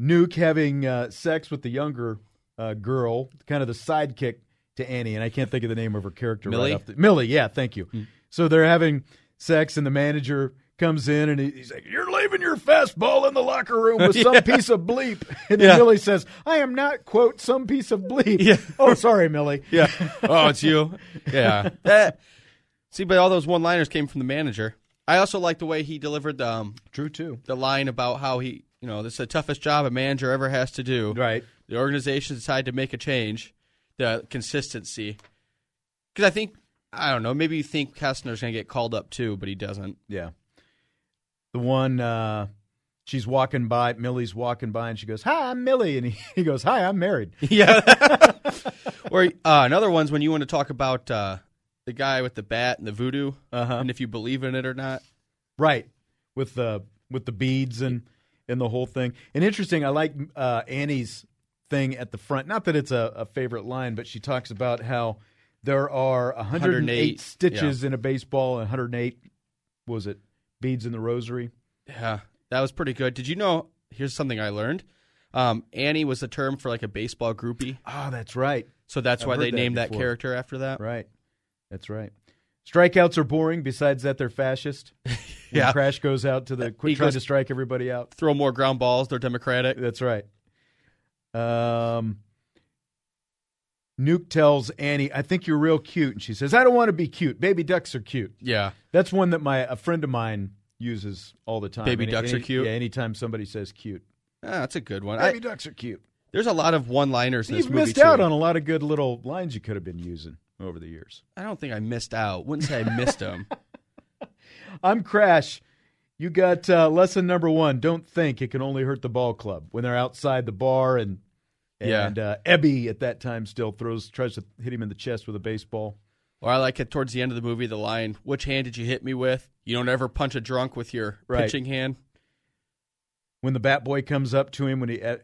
Speaker 1: Nuke having uh, sex with the younger uh, girl, kind of the sidekick to Annie, and I can't think of the name of her character.
Speaker 2: Millie?
Speaker 1: Right off the, Millie, yeah, thank you. So they're having sex, and the manager comes in, and he- he's like, "You're leaving your fastball in the locker room with some piece of bleep," (laughs) and then
Speaker 2: Yeah.
Speaker 1: Millie says, "I am not quote some piece of bleep."
Speaker 2: Yeah.
Speaker 1: (laughs) Oh, sorry, Millie.
Speaker 2: (laughs)
Speaker 1: (laughs)
Speaker 2: Yeah. Eh. oh, it's you. Yeah. That. See, but all those one-liners came from the manager. I also like the way he delivered the um,
Speaker 1: True too.
Speaker 2: the line about how he, you know, this is the toughest job a manager ever has to do.
Speaker 1: Right.
Speaker 2: the organization decided to make a change, the consistency. Because I think, I don't know, maybe you think Kastner's going to get called up too, but
Speaker 1: (laughs)
Speaker 2: he doesn't.
Speaker 1: Yeah. The one uh she's walking by, Millie's walking by and she goes, Hi, I'm Millie and he, he goes, Hi, I'm married.
Speaker 2: Yeah. (laughs) or uh, another one's when you want to talk about uh, the guy with the bat and the voodoo
Speaker 1: Uh-huh.
Speaker 2: and if you believe in it or not.
Speaker 1: Right. With the with the beads and and the whole thing. And interesting, I like uh Annie's thing at the front. Not that it's a, a favorite line, but she talks about how there are 108,
Speaker 2: 108,
Speaker 1: stitches in a baseball and 108 what was it beads in the rosary.
Speaker 2: Yeah, that was pretty good. Did you know? Here's something I learned. Um, Annie was the term for like a baseball groupie,
Speaker 1: Oh, that's right.
Speaker 2: so that's
Speaker 1: I've
Speaker 2: why
Speaker 1: heard
Speaker 2: they
Speaker 1: that
Speaker 2: named that
Speaker 1: before.
Speaker 2: character after that.
Speaker 1: Right. That's right. Strikeouts are boring. Besides that, they're
Speaker 2: (laughs)
Speaker 1: fascist. When
Speaker 2: Yeah. Uh,
Speaker 1: Crash goes out to the quit
Speaker 2: He
Speaker 1: trying
Speaker 2: goes-
Speaker 1: to strike everybody out.
Speaker 2: Throw more ground balls; they're democratic.
Speaker 1: That's right. Um, Nuke tells Annie, "I think you're real cute," and she says, "I don't want to be cute. Baby ducks are cute."
Speaker 2: Yeah,
Speaker 1: That's one that my a friend of mine uses all the time.
Speaker 2: Baby ducks are cute?
Speaker 1: Yeah, anytime somebody says cute,
Speaker 2: Ah, that's a good one.
Speaker 1: baby
Speaker 2: I,
Speaker 1: ducks are cute.
Speaker 2: there's a lot of one-liners in this
Speaker 1: You've
Speaker 2: movie
Speaker 1: missed
Speaker 2: too.
Speaker 1: out on a lot of good little lines you could have been using over the years.
Speaker 2: I don't think I missed out. Wouldn't say I
Speaker 1: (laughs)
Speaker 2: missed them.
Speaker 1: I'm Crash. You got uh, lesson number one. Don't think it can only hurt the ball club when they're outside the bar and
Speaker 2: Yeah.
Speaker 1: and uh, Ebby at that time still throws tries to hit him in the chest with a baseball.
Speaker 2: Or I like it towards the end of the movie, the line, which hand did you hit me with? You don't ever punch a drunk with your
Speaker 1: Right.
Speaker 2: pitching hand.
Speaker 1: When the bat boy comes up to him when he at,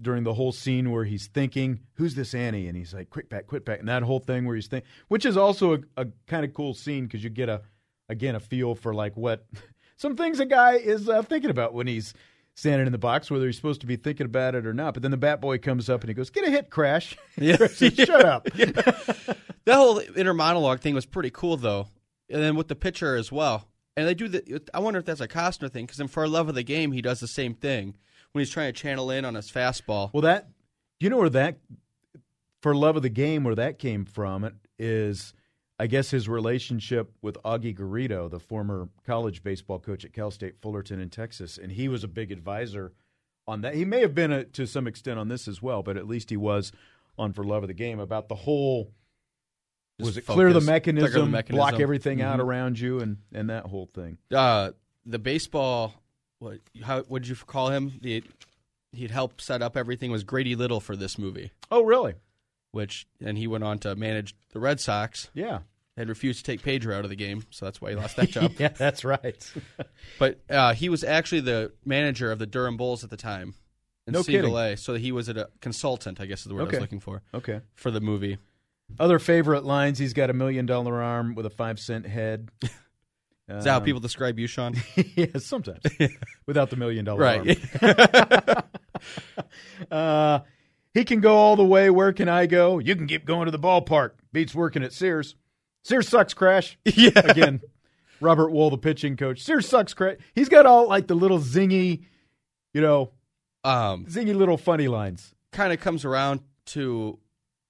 Speaker 1: during the whole scene where he's thinking, "Who's this Annie?" and he's like, "Quick back, quick back," and that whole thing where he's thinking, which is also a, a kind of cool scene because you get a again a feel for like what (laughs) some things a guy is uh, thinking about when he's standing in the box, whether he's supposed to be thinking about it or not. But then the Bat Boy comes up and he goes, "Get a hit, Crash!" (laughs)
Speaker 2: Yeah.
Speaker 1: Crash says, Shut up.
Speaker 2: That whole inner monologue thing was pretty cool, though. And then with the picture as well. And they do the. I wonder if that's a Costner thing, because in For Love of the Game, he does the same thing when he's trying to channel in on his fastball.
Speaker 1: Well, that do you know where that for love of the game where that came from It is, I guess his relationship with Augie Garrido, the former college baseball coach at Cal State Fullerton in Texas, and he was a big advisor on that. He may have been a, to some extent on this as well, but at least he was on for love of the game about the whole.
Speaker 2: Just
Speaker 1: was it clear the
Speaker 2: focus, clear the
Speaker 1: mechanism, Mm-hmm. block
Speaker 2: mechanism.
Speaker 1: everything out
Speaker 2: Mhm.
Speaker 1: around you, and and that whole thing?
Speaker 2: Uh, the baseball. What? How? What did you call him? The he'd helped set up everything. Was Grady Little for this movie?
Speaker 1: Oh, really?
Speaker 2: Which and he went on to manage the Red Sox
Speaker 1: Yeah.
Speaker 2: and refused to take Pedro out of the game, so that's why he lost that job.
Speaker 1: (laughs) yeah, that's right.
Speaker 2: But uh, he was actually the manager of the Durham Bulls at the time in
Speaker 1: No
Speaker 2: Single
Speaker 1: kidding.
Speaker 2: A, so he was a consultant, I guess is the word I
Speaker 1: Okay.
Speaker 2: was looking for
Speaker 1: (laughs) okay.
Speaker 2: for the movie.
Speaker 1: Other favorite lines: He's got a million dollar arm with a five cent
Speaker 2: (laughs)
Speaker 1: head. Uh,
Speaker 2: Is
Speaker 1: Um,
Speaker 2: that how people describe
Speaker 1: (laughs)
Speaker 2: you, Sean?
Speaker 1: yeah,
Speaker 2: (laughs)
Speaker 1: sometimes without the million dollar
Speaker 2: right.
Speaker 1: arm. (laughs) Uh, he can go all the way. Where can I go? You can keep going to the ballpark. Beats working at Sears. Sears sucks, Crash.
Speaker 2: (laughs) yeah.
Speaker 1: Again, Robert Wool, the pitching coach. Sears sucks, Crash. He's got all like the little zingy, you know,
Speaker 2: Um,
Speaker 1: zingy little funny lines.
Speaker 2: kind of comes around to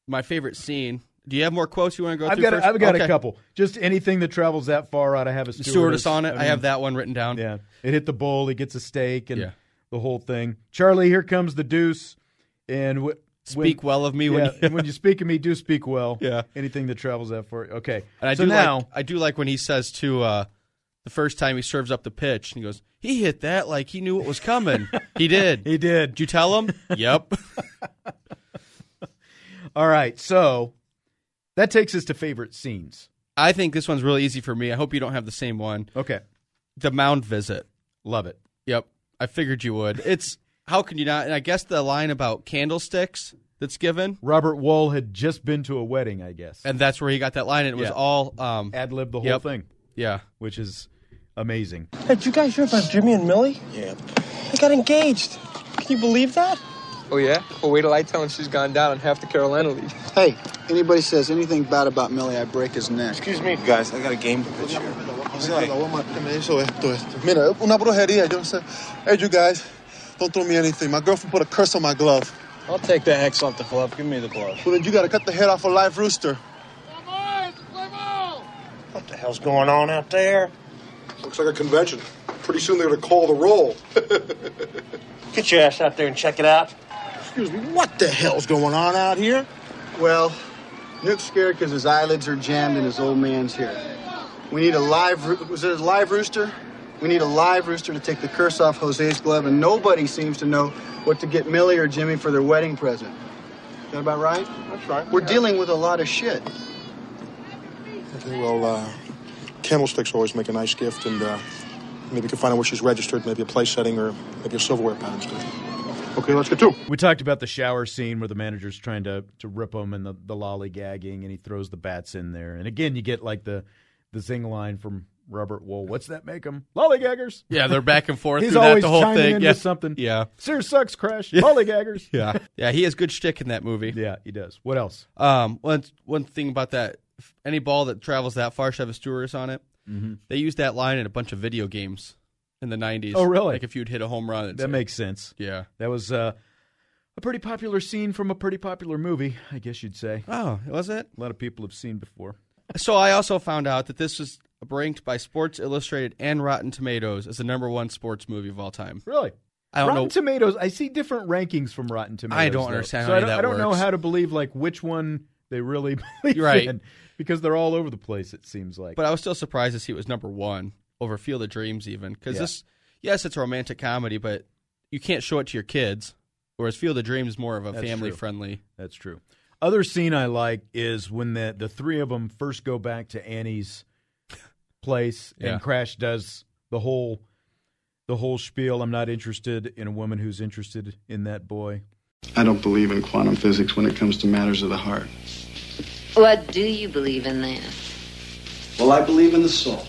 Speaker 2: my favorite scene. Do you have more quotes you want to go
Speaker 1: I've
Speaker 2: through?
Speaker 1: got,
Speaker 2: first?
Speaker 1: a, I've got a
Speaker 2: Okay.
Speaker 1: couple. Just anything that travels that far out, I have a stewardess,
Speaker 2: Stewardess on it. I,
Speaker 1: mean,
Speaker 2: have that one written down.
Speaker 1: Yeah, it hit the bull. He gets a steak and
Speaker 2: Yeah.
Speaker 1: the whole thing. Charlie, here comes the deuce. And wh-
Speaker 2: Speak
Speaker 1: when,
Speaker 2: well of me when.
Speaker 1: yeah, and when you speak of me, do speak well.
Speaker 2: (laughs) Yeah.
Speaker 1: anything that travels that far. Okay,
Speaker 2: (laughs) and I
Speaker 1: so
Speaker 2: do
Speaker 1: now.
Speaker 2: like I do like when he says to uh, the first time he serves up the pitch and he goes, he hit that like he knew what
Speaker 1: (laughs)
Speaker 2: was coming. he did.
Speaker 1: he did.
Speaker 2: Did you
Speaker 1: (laughs)
Speaker 2: tell him? yep.
Speaker 1: All right, so that takes us to favorite scenes.
Speaker 2: I think this one's really easy for me. I hope you don't have the same one.
Speaker 1: Okay,
Speaker 2: The mound visit.
Speaker 1: love it.
Speaker 2: Yep. I figured you would. It's how can you not? And I guess the line about candlesticks that's given,
Speaker 1: Robert Wall had just been to a wedding, I guess.
Speaker 2: and that's where he got that line. And it was
Speaker 1: Yeah.
Speaker 2: all, um,
Speaker 1: Ad lib the whole
Speaker 2: Yep.
Speaker 1: thing,
Speaker 2: yeah.
Speaker 1: which is amazing.
Speaker 7: Hey, did you guys hear about Jimmy and Millie? Yeah. They got engaged. Can you believe that?
Speaker 8: Oh yeah? Well, wait till I tell him she's gone down on half the Carolina League.
Speaker 3: Hey, anybody says anything bad about Millie, I break his neck.
Speaker 6: Excuse me.
Speaker 4: Guys, I got a game to pitch here.
Speaker 9: Eso, esto, esto. Mira, una brujería. Yo no sé. Hey, you guys, don't throw me anything. My girlfriend put a curse on my glove.
Speaker 7: I'll take the hex off the glove. Give me the glove.
Speaker 9: Well, then you gotta cut the head off a live rooster.
Speaker 7: What the hell's going on out there?
Speaker 6: Looks like a convention. Pretty soon they're going to call the roll.
Speaker 7: Get your ass out there and check it out.
Speaker 9: Excuse me, what the hell's going on out here?
Speaker 3: Well, Nuke's scared because his eyelids are jammed and his old man's here. We need a live. Roo- was it a live rooster? We need a live rooster to take the curse off Jose's glove, and nobody seems to know what to get Millie or Jimmy for their wedding present. Is that about right?
Speaker 9: That's right.
Speaker 3: We're dealing with a lot of shit.
Speaker 9: Okay, well, uh, candlesticks always make a nice gift, and uh, maybe you can find out where she's registered, maybe a place setting or maybe a silverware pattern store. Okay, let's get to it.
Speaker 1: We talked about the shower scene where the manager's trying to to rip him and the, the lollygagging, and he throws the bats in there. And again, you get like the the zing line from Robert Wool. What's that make him? Lollygaggers.
Speaker 2: Yeah, they're back and
Speaker 1: (laughs)
Speaker 2: forth
Speaker 1: He's
Speaker 2: through that
Speaker 1: always
Speaker 2: the whole
Speaker 1: chiming
Speaker 2: thing.
Speaker 1: into
Speaker 2: yeah.
Speaker 1: something.
Speaker 2: Yeah.
Speaker 1: Sears sucks, Crash. Lollygaggers.
Speaker 2: Yeah. (laughs) yeah, he has good shtick in that movie.
Speaker 1: yeah, he does. What else?
Speaker 2: Um, one one thing about that, f- any ball that travels that far should have a stewardess on it. They used that line in a bunch of video games in the '90s.
Speaker 1: Oh, really?
Speaker 2: Like if you'd hit a home run, it's
Speaker 1: That
Speaker 2: like-
Speaker 1: makes sense.
Speaker 2: yeah.
Speaker 1: That was uh, a pretty popular scene from a pretty popular movie, I guess you'd say.
Speaker 2: Oh, was it?
Speaker 1: A lot of people have seen before.
Speaker 2: So I also found out that this was ranked by Sports Illustrated and Rotten Tomatoes as the number one sports movie of all time.
Speaker 1: Really?
Speaker 2: I don't
Speaker 1: Rotten
Speaker 2: know.
Speaker 1: Tomatoes. I see different rankings from Rotten Tomatoes.
Speaker 2: I don't
Speaker 1: though.
Speaker 2: understand
Speaker 1: So
Speaker 2: how
Speaker 1: I
Speaker 2: any
Speaker 1: don't,
Speaker 2: of
Speaker 1: I
Speaker 2: that
Speaker 1: don't know
Speaker 2: works.
Speaker 1: how to believe like which one they really (laughs) believe
Speaker 2: Right.
Speaker 1: in because they're all over the place. It seems like.
Speaker 2: but I was still surprised to see it was number one over Field of Dreams, even because
Speaker 1: Yeah.
Speaker 2: this, yes, it's a romantic comedy, but you can't show it to your kids. Whereas Field of Dreams is more of a
Speaker 1: That's
Speaker 2: family
Speaker 1: true. (laughs)
Speaker 2: friendly.
Speaker 1: That's true. Other scene I like is when the the three of them first go back to Annie's (laughs) place,
Speaker 2: Yeah.
Speaker 1: and Crash does the whole the whole spiel. I'm not interested in a woman who's interested in that boy.
Speaker 10: I don't believe in quantum physics when it comes to matters of the heart.
Speaker 11: What do you believe in then?
Speaker 10: Well, I believe in the soul.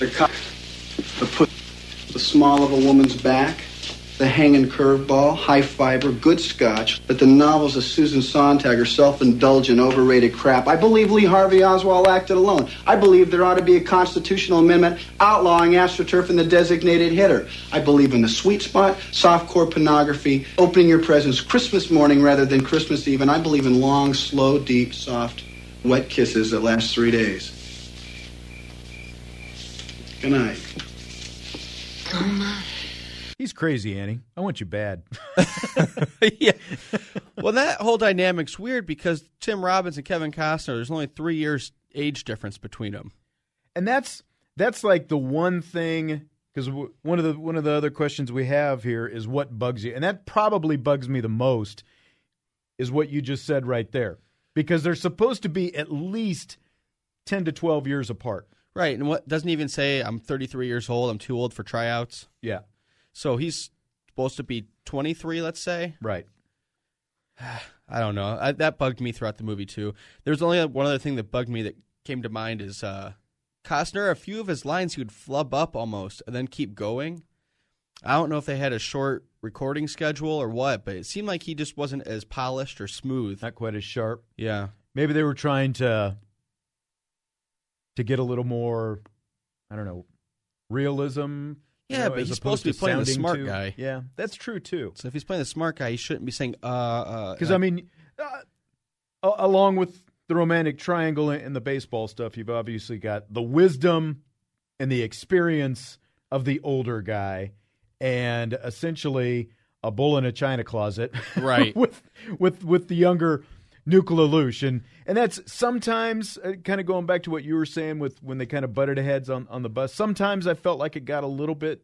Speaker 10: The cock, the put, the small of a woman's back, the hanging curveball, high fiber, good scotch, but the novels of Susan Sontag are self-indulgent, overrated crap. I believe Lee Harvey Oswald acted alone. I believe there ought to be a constitutional amendment outlawing astroturf and the designated hitter. I believe in the sweet spot, softcore pornography, opening your presents Christmas morning rather than Christmas Eve, and I believe in long, slow, deep, soft, wet kisses that last three days. Good night.
Speaker 1: He's crazy, Annie. I want you bad. (laughs)
Speaker 2: yeah. Well, that whole dynamic's weird because Tim Robbins and Kevin Costner, there's only three years age difference between them.
Speaker 1: And that's that's like the one thing because w- one of the one of the other questions we have here is what bugs you, and that probably bugs me the most is what you just said right there because they're supposed to be at least ten to twelve years apart.
Speaker 2: Right, and what doesn't even say I'm 33 years old. I'm too old for tryouts.
Speaker 1: Yeah.
Speaker 2: So he's supposed to be 23, let's say.
Speaker 1: Right.
Speaker 2: I don't know. I, that bugged me throughout the movie too. There's only one other thing that bugged me that came to mind is uh, Costner. A few of his lines he would flub up almost and then keep going. I don't know if they had a short recording schedule or what, but it seemed like he just wasn't as polished or smooth.
Speaker 1: Not quite as sharp.
Speaker 2: Yeah.
Speaker 1: Maybe they were trying to to get a little more, I don't know, realism. you
Speaker 2: Yeah,
Speaker 1: know,
Speaker 2: but
Speaker 1: as
Speaker 2: he's supposed to
Speaker 1: opposed
Speaker 2: be playing the
Speaker 1: sounding
Speaker 2: smart
Speaker 1: too-
Speaker 2: guy.
Speaker 1: Yeah, that's true too.
Speaker 2: So if he's playing the smart guy, he shouldn't be saying uh uh.
Speaker 1: Because I mean, uh, a- along with the romantic triangle and the baseball stuff, you've obviously got the wisdom and the experience of the older guy, and essentially a bull in a china closet, (laughs)
Speaker 2: Right.
Speaker 1: with with with the younger Nuke Lelouch, and and that's sometimes uh, kind of going back to what you were saying with when they kind of butted heads on on the bus. Sometimes I felt like it got a little bit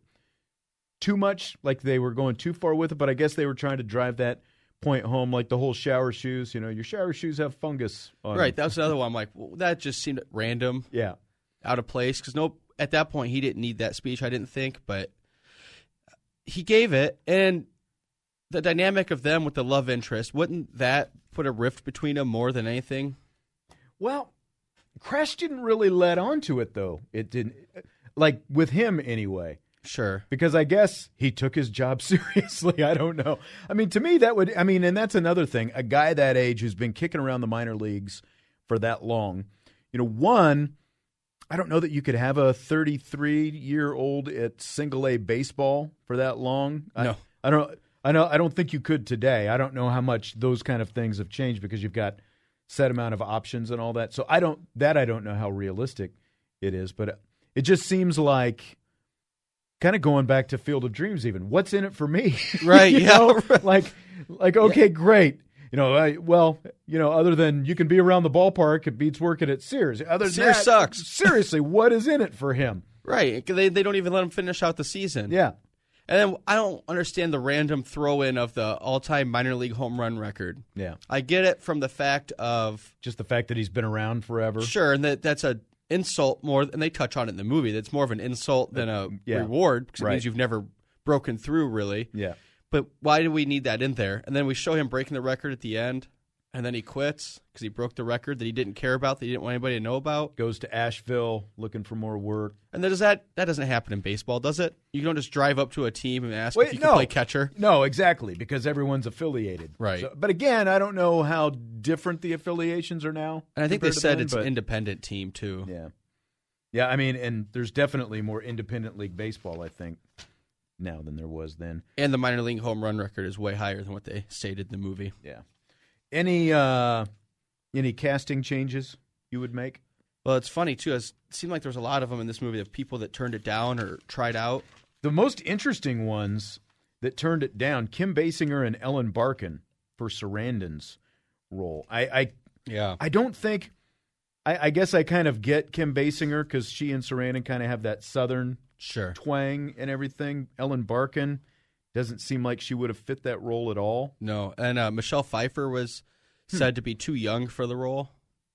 Speaker 1: too much, like they were going too far with it, but I guess they were trying to drive that point home, like the whole shower shoes. You know, your shower shoes have fungus on 'em.
Speaker 2: right. That was another one. I'm like, well, that just seemed random.
Speaker 1: Yeah.
Speaker 2: out of place because no, at that point he didn't need that speech. I didn't think, but he gave it, and the dynamic of them with the love interest wouldn't that put a rift between them more than anything?
Speaker 1: Well, Crash didn't really let on to it, though. It didn't, like with him anyway.
Speaker 2: Sure.
Speaker 1: because I guess he took his job (laughs) seriously. I don't know. I mean, to me, that would, I mean, and that's another thing. A guy that age who's been kicking around the minor leagues for that long, you know, one, I don't know that you could have a 33 year old at single A baseball for that long.
Speaker 2: No.
Speaker 1: I, I don't. I know. I don't think you could today. I don't know how much those kind of things have changed because you've got set amount of options and all that. So I don't. That I don't know how realistic it is, but it just seems like kind of going back to Field of Dreams. Even what's in it for me? (laughs)
Speaker 2: Right,
Speaker 1: You
Speaker 2: yeah,
Speaker 1: know? (laughs) Like, like okay, great. You know, I, well, you know, other than you can be around the ballpark, it beats working at Sears. Other than
Speaker 2: Sears
Speaker 1: that,
Speaker 2: sucks. (laughs)
Speaker 1: Seriously, what is in it for him?
Speaker 2: Right. 'cause They they don't even let him finish out the season.
Speaker 1: Yeah.
Speaker 2: And then I don't understand the random throw in of the all time minor league home run record.
Speaker 1: Yeah.
Speaker 2: I get it from the fact of
Speaker 1: Just the fact that he's been around forever.
Speaker 2: Sure, and that that's a insult more, and they touch on it in the movie. That's more of an insult than a
Speaker 1: Uh, Yeah.
Speaker 2: reward because it
Speaker 1: Right.
Speaker 2: means you've never broken through, really.
Speaker 1: Yeah.
Speaker 2: But why do we need that in there? And then we show him breaking the record at the end, and then he quits because he broke the record that he didn't care about, that he didn't want anybody to know about.
Speaker 1: Goes to Asheville looking for more work.
Speaker 2: And then does that that doesn't happen in baseball, does it? You don't just drive up to a team and ask
Speaker 1: Wait,
Speaker 2: if you
Speaker 1: no.
Speaker 2: can play catcher.
Speaker 1: No, exactly, because everyone's affiliated.
Speaker 2: Right.
Speaker 1: So- but again, I don't know how different the affiliations are now.
Speaker 2: And I think they
Speaker 1: compared to
Speaker 2: said
Speaker 1: then,
Speaker 2: it's
Speaker 1: but-
Speaker 2: an independent team too.
Speaker 1: Yeah. Yeah, I mean, and there's definitely more independent league baseball, I think, now than there was then.
Speaker 2: And the minor league home run record is way higher than what they stated in the movie.
Speaker 1: Yeah. Any uh any casting changes you would make?
Speaker 2: Well, it's funny too. As it seemed like there was a lot of them in this movie of people that turned it down or tried out.
Speaker 1: The most interesting ones that turned it down, Kim Basinger and Ellen Barkin for Sarandon's role. I I,
Speaker 2: Yeah,
Speaker 1: I don't think I, I guess I kind of get Kim Basinger because she and Sarandon kind of have that southern
Speaker 2: sure.
Speaker 1: twang and everything. Ellen Barkin doesn't seem like she would have fit that role at all.
Speaker 2: No, and uh, Michelle Pfeiffer was
Speaker 1: Hmm.
Speaker 2: said to be too young for the role,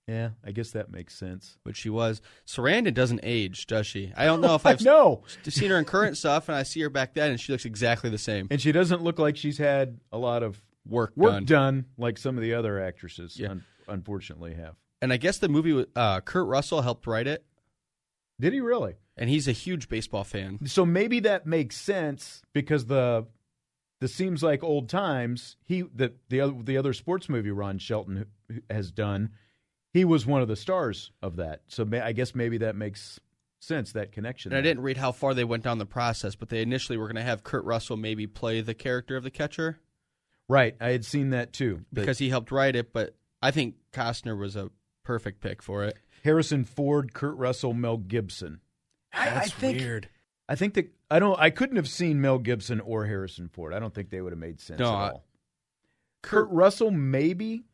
Speaker 1: Yeah, I guess that makes sense.
Speaker 2: which she was. Sarandon doesn't age, does she? I don't know if I've
Speaker 1: no,
Speaker 2: s- seen her in current stuff, and I see her back then, and she looks exactly the same.
Speaker 1: and she doesn't look like she's had a lot of
Speaker 2: work
Speaker 1: Work
Speaker 2: done.
Speaker 1: done. like some of the other actresses, un- unfortunately, have.
Speaker 2: And I guess the movie wa- uh, Kurt Russell helped write it.
Speaker 1: Did he really?
Speaker 2: And he's a huge baseball fan.
Speaker 1: So maybe that makes sense because the the seems like old times. He the the other the other sports movie Ron Shelton h- has done. He was one of the stars of that. So may, I guess maybe that makes sense that connection.
Speaker 2: And I
Speaker 1: there.
Speaker 2: didn't read how far they went down the process, but they initially were going to have Kurt Russell maybe play the character of the catcher
Speaker 1: Right, I had seen that too. but
Speaker 2: because he helped write it. But I think Costner was a perfect pick for it.
Speaker 1: Harrison Ford, Kurt Russell, Mel Gibson.
Speaker 2: That's weird.
Speaker 1: I think that I don't. I couldn't have seen Mel Gibson or Harrison Ford. I don't think they would have made sense
Speaker 2: No,
Speaker 1: at
Speaker 2: I-
Speaker 1: all. Kurt Russell, maybe,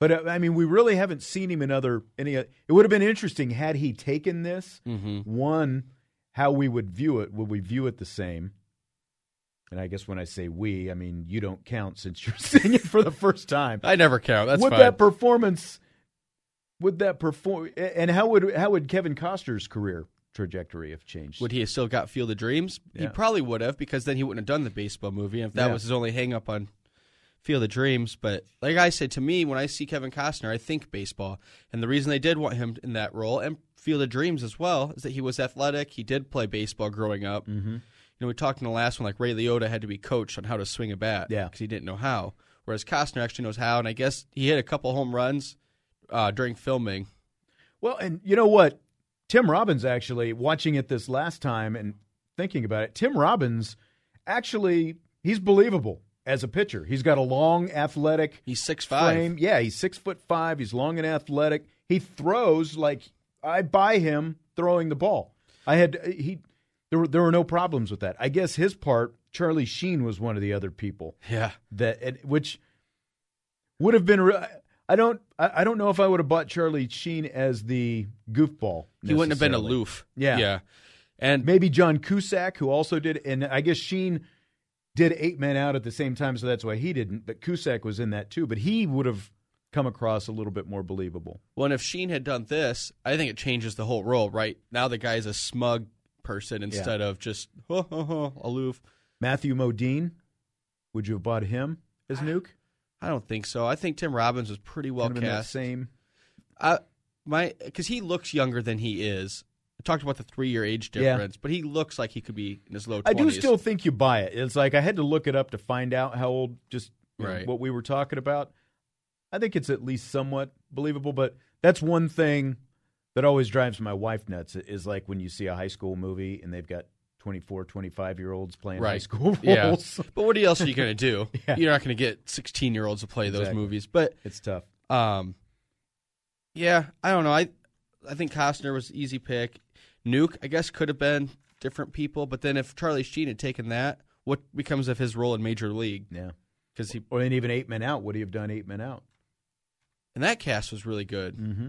Speaker 1: but uh, I mean, we really haven't seen him in other any. uh, It would have been interesting had he taken this
Speaker 2: Mm-hmm.
Speaker 1: one. How we would view it? Would we view it the same? And I guess when I say we, I mean you don't count since you're (laughs) seeing it for the first time.
Speaker 2: I never count. That's
Speaker 1: would
Speaker 2: fine.
Speaker 1: that performance? Would that perform? And how would how would Kevin Costner's career trajectory have changed?
Speaker 2: Would he have still got Field of Dreams? He
Speaker 1: Yeah.
Speaker 2: probably would have because then he wouldn't have done the baseball movie. If that
Speaker 1: Yeah.
Speaker 2: was his only hang up on Field of Dreams, but like I said, to me, when I see Kevin Costner, I think baseball. And the reason they did want him in that role and Field of Dreams as well is that he was athletic. He did play baseball growing up. Mm-hmm. You know, we talked in the last one like Ray Liotta had to be coached on how to swing a bat
Speaker 1: Yeah.
Speaker 2: because he didn't know how. Whereas Costner actually knows how, and I guess he hit a couple home runs uh, during filming.
Speaker 1: Well, and you know what? Tim Robbins actually watching it this last time and thinking about it. Tim Robbins actually he's believable as a pitcher. He's got a long, athletic.
Speaker 2: He's six five.
Speaker 1: frame. Yeah, he's six foot five. He's long and athletic. He throws like I buy him throwing the ball. I had he there were there were no problems with that. I guess his part. Charlie Sheen was one of the other people
Speaker 2: Yeah.
Speaker 1: that and, which would have been. Re- I don't. I, I don't know if I would have bought Charlie Sheen as the goofball.
Speaker 2: He wouldn't have been
Speaker 1: necessarily.
Speaker 2: aloof.
Speaker 1: Yeah.
Speaker 2: Yeah. And
Speaker 1: Maybe John Cusack, who also did, and I guess Sheen did Eight Men Out at the same time, so that's why he didn't. But Cusack was in that too. But he would have come across a little bit more believable.
Speaker 2: Well, and if Sheen had done this, I think it changes the whole role, right? Now the guy's a smug person instead of just (laughs) ho, ho, ho, aloof.
Speaker 1: Matthew Modine, would you have bought him as Nuke?
Speaker 2: I don't think so. I think Tim Robbins was pretty well
Speaker 1: Kind of in that
Speaker 2: cast.
Speaker 1: same.
Speaker 2: I my because he looks younger than he is. I talked about the three year age
Speaker 1: Yeah.
Speaker 2: difference, but he looks like he could be in his low. 20s.
Speaker 1: I do still think you buy it. It's like I had to look it up to find out how old just you know,
Speaker 2: Right.
Speaker 1: what we were talking about. I think it's at least somewhat believable, but that's one thing that always drives my wife nuts is like when you see a high school movie and they've got 24, 25 year olds playing high (laughs)
Speaker 2: right.
Speaker 1: school roles.
Speaker 2: Yeah. But what else are you going to do?
Speaker 1: (laughs) Yeah.
Speaker 2: You're not going to get 16 year olds to play those
Speaker 1: Exactly.
Speaker 2: movies. But
Speaker 1: It's tough.
Speaker 2: Um, yeah, I don't know. I I think Costner was an easy pick. Nuke, I guess, could have been different people. But then if Charlie Sheen had taken that, what becomes of his role in Major League?
Speaker 1: Yeah.
Speaker 2: Because he
Speaker 1: Or and even Eight Men Out, would he have done Eight Men Out?
Speaker 2: and that cast was really good.
Speaker 1: Mm-hmm.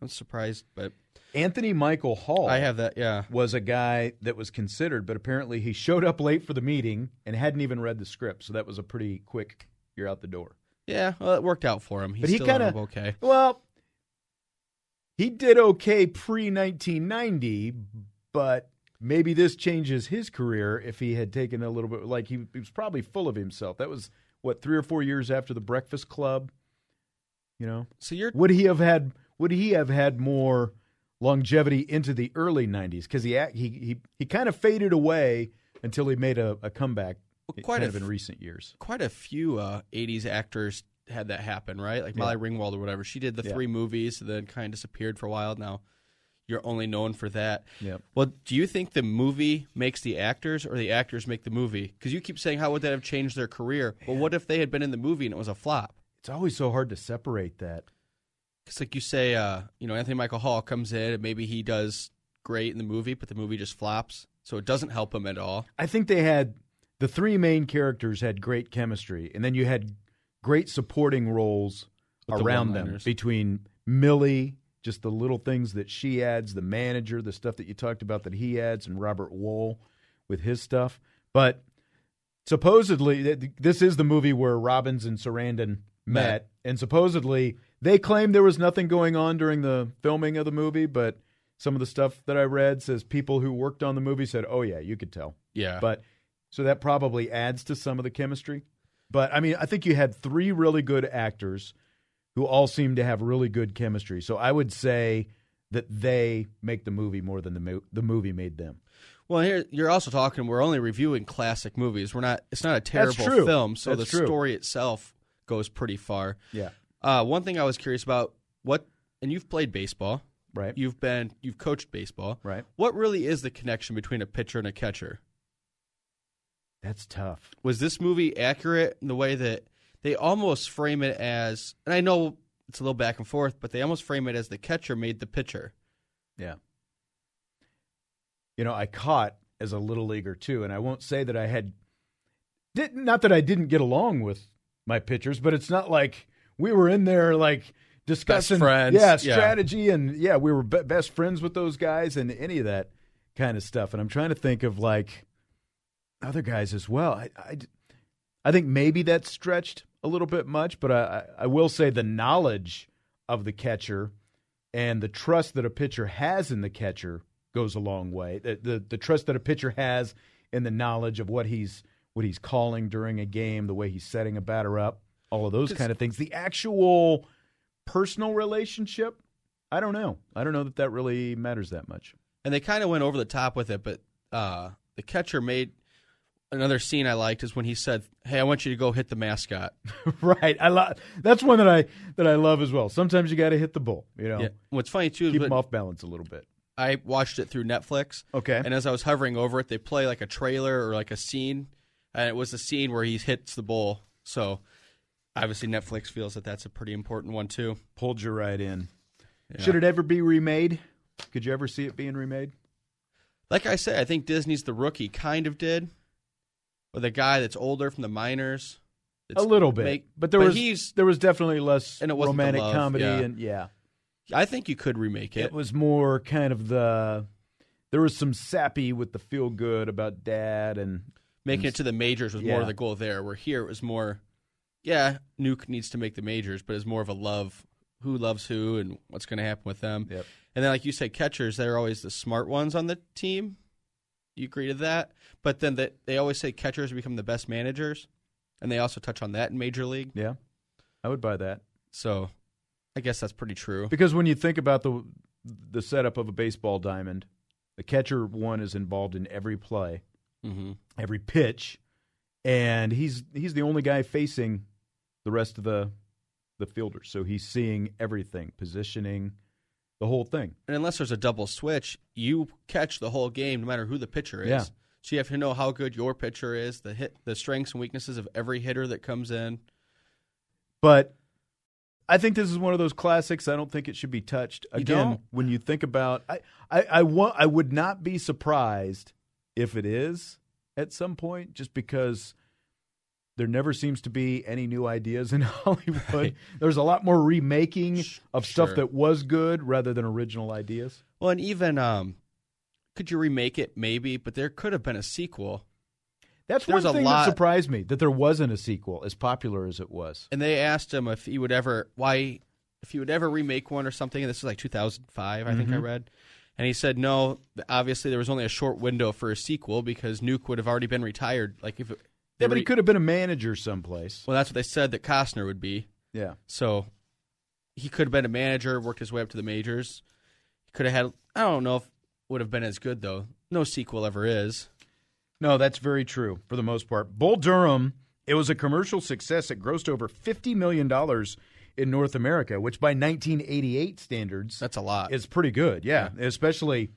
Speaker 2: I'm surprised, but
Speaker 1: Anthony Michael Hall.
Speaker 2: I have that. Yeah,
Speaker 1: was a guy that was considered, but apparently he (laughs) showed up late for the meeting and hadn't even read the script. So that was a pretty quick, you're out the door.
Speaker 2: yeah. Well, it worked out for him. He's
Speaker 1: But he
Speaker 2: still
Speaker 1: kinda-
Speaker 2: ended up okay.
Speaker 1: Well, he did okay pre 1990, but maybe this changes his career if he had taken a little bit. Like he, he was probably full of himself. That was what three or four years after the Breakfast Club. You know,
Speaker 2: So you're
Speaker 1: would he have had? Would he have had more longevity into the early 90s? Because he act- he he he kind of faded away until he made a, a comeback.
Speaker 2: quite
Speaker 1: kind
Speaker 2: a
Speaker 1: of in
Speaker 2: f-
Speaker 1: recent years.
Speaker 2: quite a few uh, 80s actors had that happen, right? Like
Speaker 1: Yeah.
Speaker 2: Molly Ringwald or whatever. She did the
Speaker 1: Yeah.
Speaker 2: three movies, then kind of disappeared for a while. Now you're only known for that.
Speaker 1: Yeah.
Speaker 2: Well, do you think the movie makes the actors or the actors make the movie? Because you keep saying, how would that have changed their career? Well, what if they had been in the movie and it was a flop?
Speaker 1: It's always so hard to separate that.
Speaker 2: Because, like you say, uh, you know, Anthony Michael Hall comes in and maybe he does great in the movie, but the movie just flops. So it doesn't help him at all.
Speaker 1: I think they had the three main characters had great chemistry, and then you had great supporting roles
Speaker 2: With the
Speaker 1: around them
Speaker 2: one-liners.
Speaker 1: between Millie, just the little things that she adds, the manager, the stuff that you talked about that he adds, and Robert Wool with his stuff. But supposedly, th- th- this is the movie where Robbins and Sarandon met,
Speaker 2: Met.
Speaker 1: and supposedly they claimed there was nothing going on during the filming of the movie, but some of the stuff that I read says people who worked on the movie said, "Oh yeah, you could tell."
Speaker 2: Yeah.
Speaker 1: But so that probably adds to some of the chemistry. But I mean, I think you had three really good actors who all seemed to have really good chemistry. So I would say that they make the movie more than the mo- the movie made them.
Speaker 2: Well, here you're also talking. We're only reviewing classic movies. We're not. It's not a
Speaker 1: That's
Speaker 2: terrible
Speaker 1: true.
Speaker 2: film, so
Speaker 1: That's
Speaker 2: the
Speaker 1: true.
Speaker 2: story itself goes pretty far.
Speaker 1: Yeah.
Speaker 2: Uh, one thing I was curious about what, and you've played baseball,
Speaker 1: right?
Speaker 2: You've been you've coached baseball,
Speaker 1: right?
Speaker 2: What really is the connection between a pitcher and a catcher?
Speaker 1: That's tough.
Speaker 2: Was this movie accurate in the way that they almost frame it as? And I know it's a little back and forth, but they almost frame it as the catcher made the pitcher.
Speaker 1: Yeah. You know, I caught as a little leaguer too, and I won't say that I had did not that I didn't get along with my pitchers, but it's not like we were in there like discussing
Speaker 2: friends,
Speaker 1: yeah,
Speaker 2: yeah.
Speaker 1: strategy and yeah, we were be- best friends with those guys and any of that kind of stuff. And I'm trying to think of like other guys as well. I I, I think maybe that's stretched a little bit much, but I I I will say the knowledge of the catcher and the trust that a pitcher has in the catcher goes a long way. The, the the trust that a pitcher has in the knowledge of what he's what he's calling during a game, the way he's setting a batter up, all of those kind of things. The actual personal relationship, I don't know. I don't know that that really matters that much. (laughs)
Speaker 2: and they kind of went over the top with it. But uh, the catcher made another scene I liked is when he said, "Hey, I want you to go hit the mascot."
Speaker 1: right. I love that's one that I that I love as well. Sometimes you got to hit the bull, you know.
Speaker 2: Yeah. What's funny too, is
Speaker 1: Oh. Keep
Speaker 2: when-
Speaker 1: him off balance a little bit.
Speaker 2: I watched it through Netflix.
Speaker 1: Okay.
Speaker 2: And as I was hovering over it, they play like a trailer or like a scene, and it was the scene where he hits the ball. So obviously Netflix feels that that's a pretty important one too.
Speaker 1: Pulled you right in.
Speaker 2: Yeah.
Speaker 1: Should it ever be remade? Could you ever see it being remade?
Speaker 2: Like I said, I think Disney's The Rookie kind of did, or the guy that's older from the minors.
Speaker 1: a
Speaker 2: that's
Speaker 1: little bit,
Speaker 2: make-
Speaker 1: but there was
Speaker 2: he's
Speaker 1: there was definitely less
Speaker 2: and it wasn't the
Speaker 1: romantic
Speaker 2: love,
Speaker 1: comedy,
Speaker 2: yeah.
Speaker 1: and yeah,
Speaker 2: I think you could remake it.
Speaker 1: it was more kind of the there was some sappy with the feel good about dad and
Speaker 2: Making
Speaker 1: and-
Speaker 2: it to the majors was more
Speaker 1: Yeah.
Speaker 2: of the goal there. Where here it was more, yeah, Nuke needs to make the majors, but it's more of a love who loves who and what's going to happen with them.
Speaker 1: Yep.
Speaker 2: And then, like you said, catchers they're always the smart ones on the team. You agree to that? But then that they always say catchers become the best managers, and they also touch on that in Major League.
Speaker 1: Yeah, I would buy that.
Speaker 2: So, I guess that's pretty true.
Speaker 1: Because when you think about the the setup of a baseball diamond, the catcher one is involved in every play,
Speaker 2: Mhm.
Speaker 1: every pitch, and he's he's the only guy facing the rest of the the fielders, so he's seeing everything, positioning, the whole thing.
Speaker 2: And unless there's a double switch, you catch the whole game, no matter who the pitcher is.
Speaker 1: Yeah.
Speaker 2: So you have to know how good your pitcher is, the hit, the strengths and weaknesses of every hitter that comes in.
Speaker 1: But I think this is one of those classics. I don't think it should be touched
Speaker 2: You
Speaker 1: again.
Speaker 2: don't?
Speaker 1: When you think about, I, I, I want, I would not be surprised if it is at some point, just because there never seems to be any new ideas in (laughs) Hollywood. There's a lot more remaking of stuff
Speaker 2: sure.
Speaker 1: that was good rather than original ideas.
Speaker 2: Well, and even um, could you remake it? Maybe, but there could have been a sequel.
Speaker 1: That's
Speaker 2: There's
Speaker 1: one
Speaker 2: a
Speaker 1: thing
Speaker 2: lot-
Speaker 1: that surprised me that there wasn't a sequel, as popular as it was.
Speaker 2: And they asked him if he would ever why if he would ever remake one or something. And this is like 2005, I think I
Speaker 1: Mhm.
Speaker 2: read. And he said no. Obviously, there was only a short window for a sequel because Nuke would have already been retired. Like if it,
Speaker 1: Yeah, but he could have been a manager someplace.
Speaker 2: Well, that's what they said that Costner would be.
Speaker 1: Yeah.
Speaker 2: So he could have been a manager, worked his way up to the majors. He could have had. I don't know if it would have been as good though. No sequel ever is.
Speaker 1: No, that's very true for the most part. Bull Durham, it was a commercial success. It grossed over $50 million in North America, which by 1988 standards,
Speaker 2: that's a lot.
Speaker 1: It's pretty good. Yeah. Especially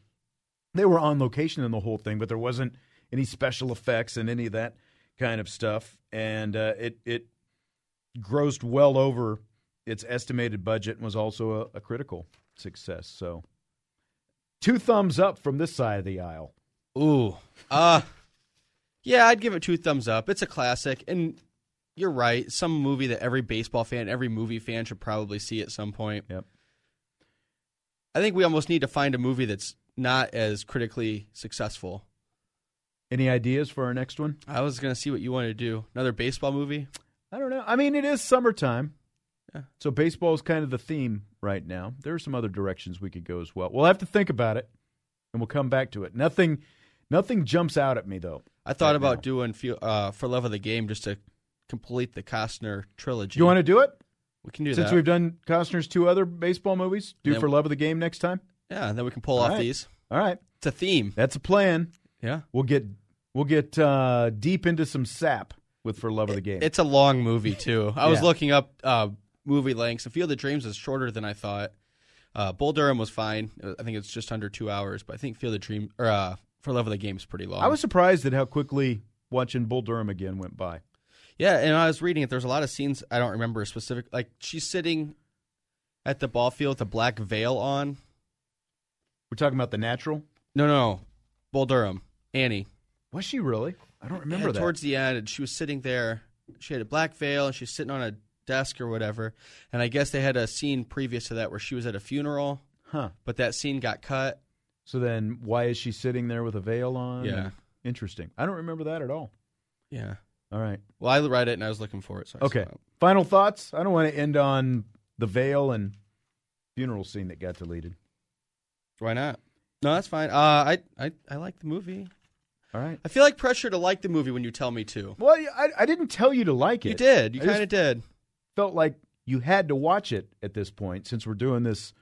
Speaker 1: they were on location in the whole thing, but there wasn't any special effects and any of that kind of stuff. And uh, it, it grossed well over its estimated budget and was also a, a critical success. So two thumbs up from this side of the aisle.
Speaker 2: Ooh. Uh yeah, I'd give it two thumbs up. It's a classic, and you're right. Some movie that every baseball fan, every movie fan should probably see at some point.
Speaker 1: Yep.
Speaker 2: I think we almost need to find a movie that's not as critically successful.
Speaker 1: Any ideas for our next one?
Speaker 2: I was gonna see what you wanted to do. Another baseball movie?
Speaker 1: I don't know. I mean, it is summertime. So baseball is kind of the theme right now. There are some other directions we could go as well. We'll have to think about it, and we'll come back to it. Nothing, nothing jumps out at me though.
Speaker 2: I thought about doing Fe- uh, for love of the game just to complete the Costner trilogy.
Speaker 1: You want to do it?
Speaker 2: We can do
Speaker 1: Since
Speaker 2: that.
Speaker 1: we've done Costner's two other baseball movies, do
Speaker 2: Then-
Speaker 1: for love of the game next time.
Speaker 2: Yeah, and then we can pull
Speaker 1: All
Speaker 2: off
Speaker 1: right.
Speaker 2: these.
Speaker 1: All right,
Speaker 2: it's a theme.
Speaker 1: That's a plan.
Speaker 2: Yeah,
Speaker 1: we'll get we'll get uh, deep into some sap with for love of the game.
Speaker 2: It's a long movie too. I was
Speaker 1: Yeah.
Speaker 2: looking up uh, movie lengths. The Field of Dreams is shorter than I thought. Uh, Bull Durham was fine. Uh, I think it's just under two hours, but I think Field of Dreams or uh, For Love of the Game is pretty long.
Speaker 1: I was surprised at how quickly watching Bull Durham again went by.
Speaker 2: yeah, and I was reading it. There's a lot of scenes I don't remember specific. Like she's sitting at the ball field with a black veil on.
Speaker 1: We're talking about the natural.
Speaker 2: No, no, Bull Durham, Annie.
Speaker 1: Was she really? I don't remember
Speaker 2: yeah,
Speaker 1: that.
Speaker 2: Towards the end, and she was sitting there. She had a black veil, and she's sitting on a desk or whatever. And I guess they had a scene previous to that where she was at a funeral,
Speaker 1: Huh.
Speaker 2: but that scene got cut.
Speaker 1: So then, why is she sitting there with a veil on?
Speaker 2: Yeah.
Speaker 1: interesting. I don't remember that at all.
Speaker 2: Yeah.
Speaker 1: All right.
Speaker 2: Well, I read it and I was looking for it. So I
Speaker 1: Okay.
Speaker 2: saw it.
Speaker 1: Final thoughts. I don't want to end on the veil and funeral scene that got deleted.
Speaker 2: Why not? No, that's fine. Uh, I, I I like the movie.
Speaker 1: All right.
Speaker 2: I feel like pressure to like the movie when you tell me to.
Speaker 1: Well, I, I didn't tell you to like it.
Speaker 2: You did. You
Speaker 1: I just
Speaker 2: kind of did.
Speaker 1: Felt like you had to watch it at this point since we're doing this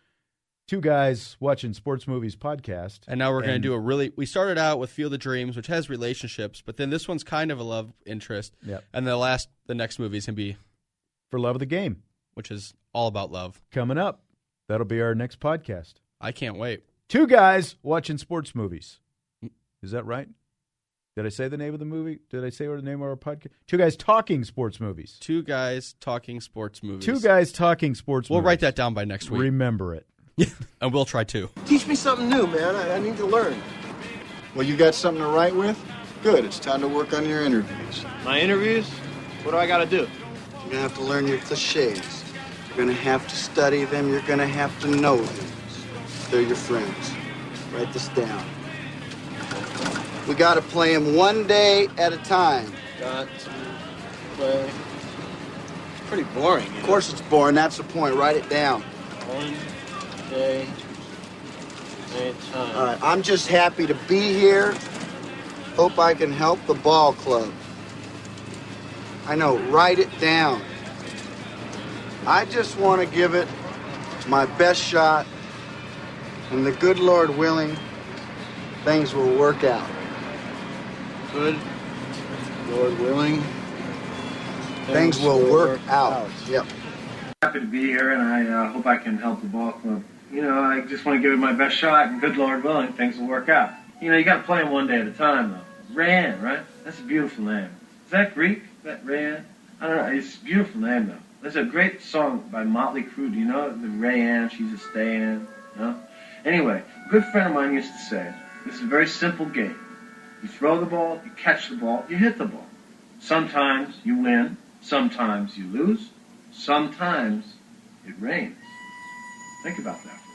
Speaker 1: two guys watching sports movies podcast.
Speaker 2: And now we're going to
Speaker 1: And-
Speaker 2: do a really. We started out with Field of Dreams, which has relationships, but then this one's kind of a love interest.
Speaker 1: Yep.
Speaker 2: And the last, the next movie is going to be,
Speaker 1: For love of the game
Speaker 2: which is all about love.
Speaker 1: coming up. That'll be our next podcast.
Speaker 2: I can't wait.
Speaker 1: Two guys watching sports movies. Is that right? Did I say the name of the movie? Did I say the name of our podcast? Two guys talking sports movies.
Speaker 2: Two guys talking sports movies.
Speaker 1: Two guys talking sports
Speaker 2: We'll
Speaker 1: movies.
Speaker 2: write that down by next week,
Speaker 1: Remember it.
Speaker 2: and we'll try too.
Speaker 3: Teach me something new, man. I, I need to learn. Well, you got something to write with? Good. It's time to work on your interviews.
Speaker 4: My interviews? What do I gotta do?
Speaker 3: You're gonna have to learn your cliches. You're gonna have to study them. You're gonna have to know them. They're your friends. Write this down. We gotta play them one day at a time.
Speaker 4: Got to play. Pretty boring. you
Speaker 3: Of course, it's boring. That's the point. Write it down.
Speaker 4: know? One day at a time.
Speaker 3: All right. Uh, I'm just happy to be here. Hope I can help the ball club. I know. Write it down. I just want to give it my best shot, and the good Lord willing, things will work out.
Speaker 4: Good. Lord willing.
Speaker 3: Things, will work, out. Yep.
Speaker 12: Happy to be here, and I uh, hope I can help the ball club. You know, I just want to give it my best shot, and good Lord willing, things will work out. You know, you got to play 'em one day at a time, though. Ran, right? That's a beautiful name. Is that Greek? That Ran? I don't know. It's a beautiful name, though. There's a great song by Motley Crue. Do you know the Rayanne? She's a stayin'. You know? Anyway, a good friend of mine used to say, "This is a very simple game. You throw the ball, you catch the ball, you hit the ball. Sometimes you win, sometimes you lose." sometimes it rains. Think about that.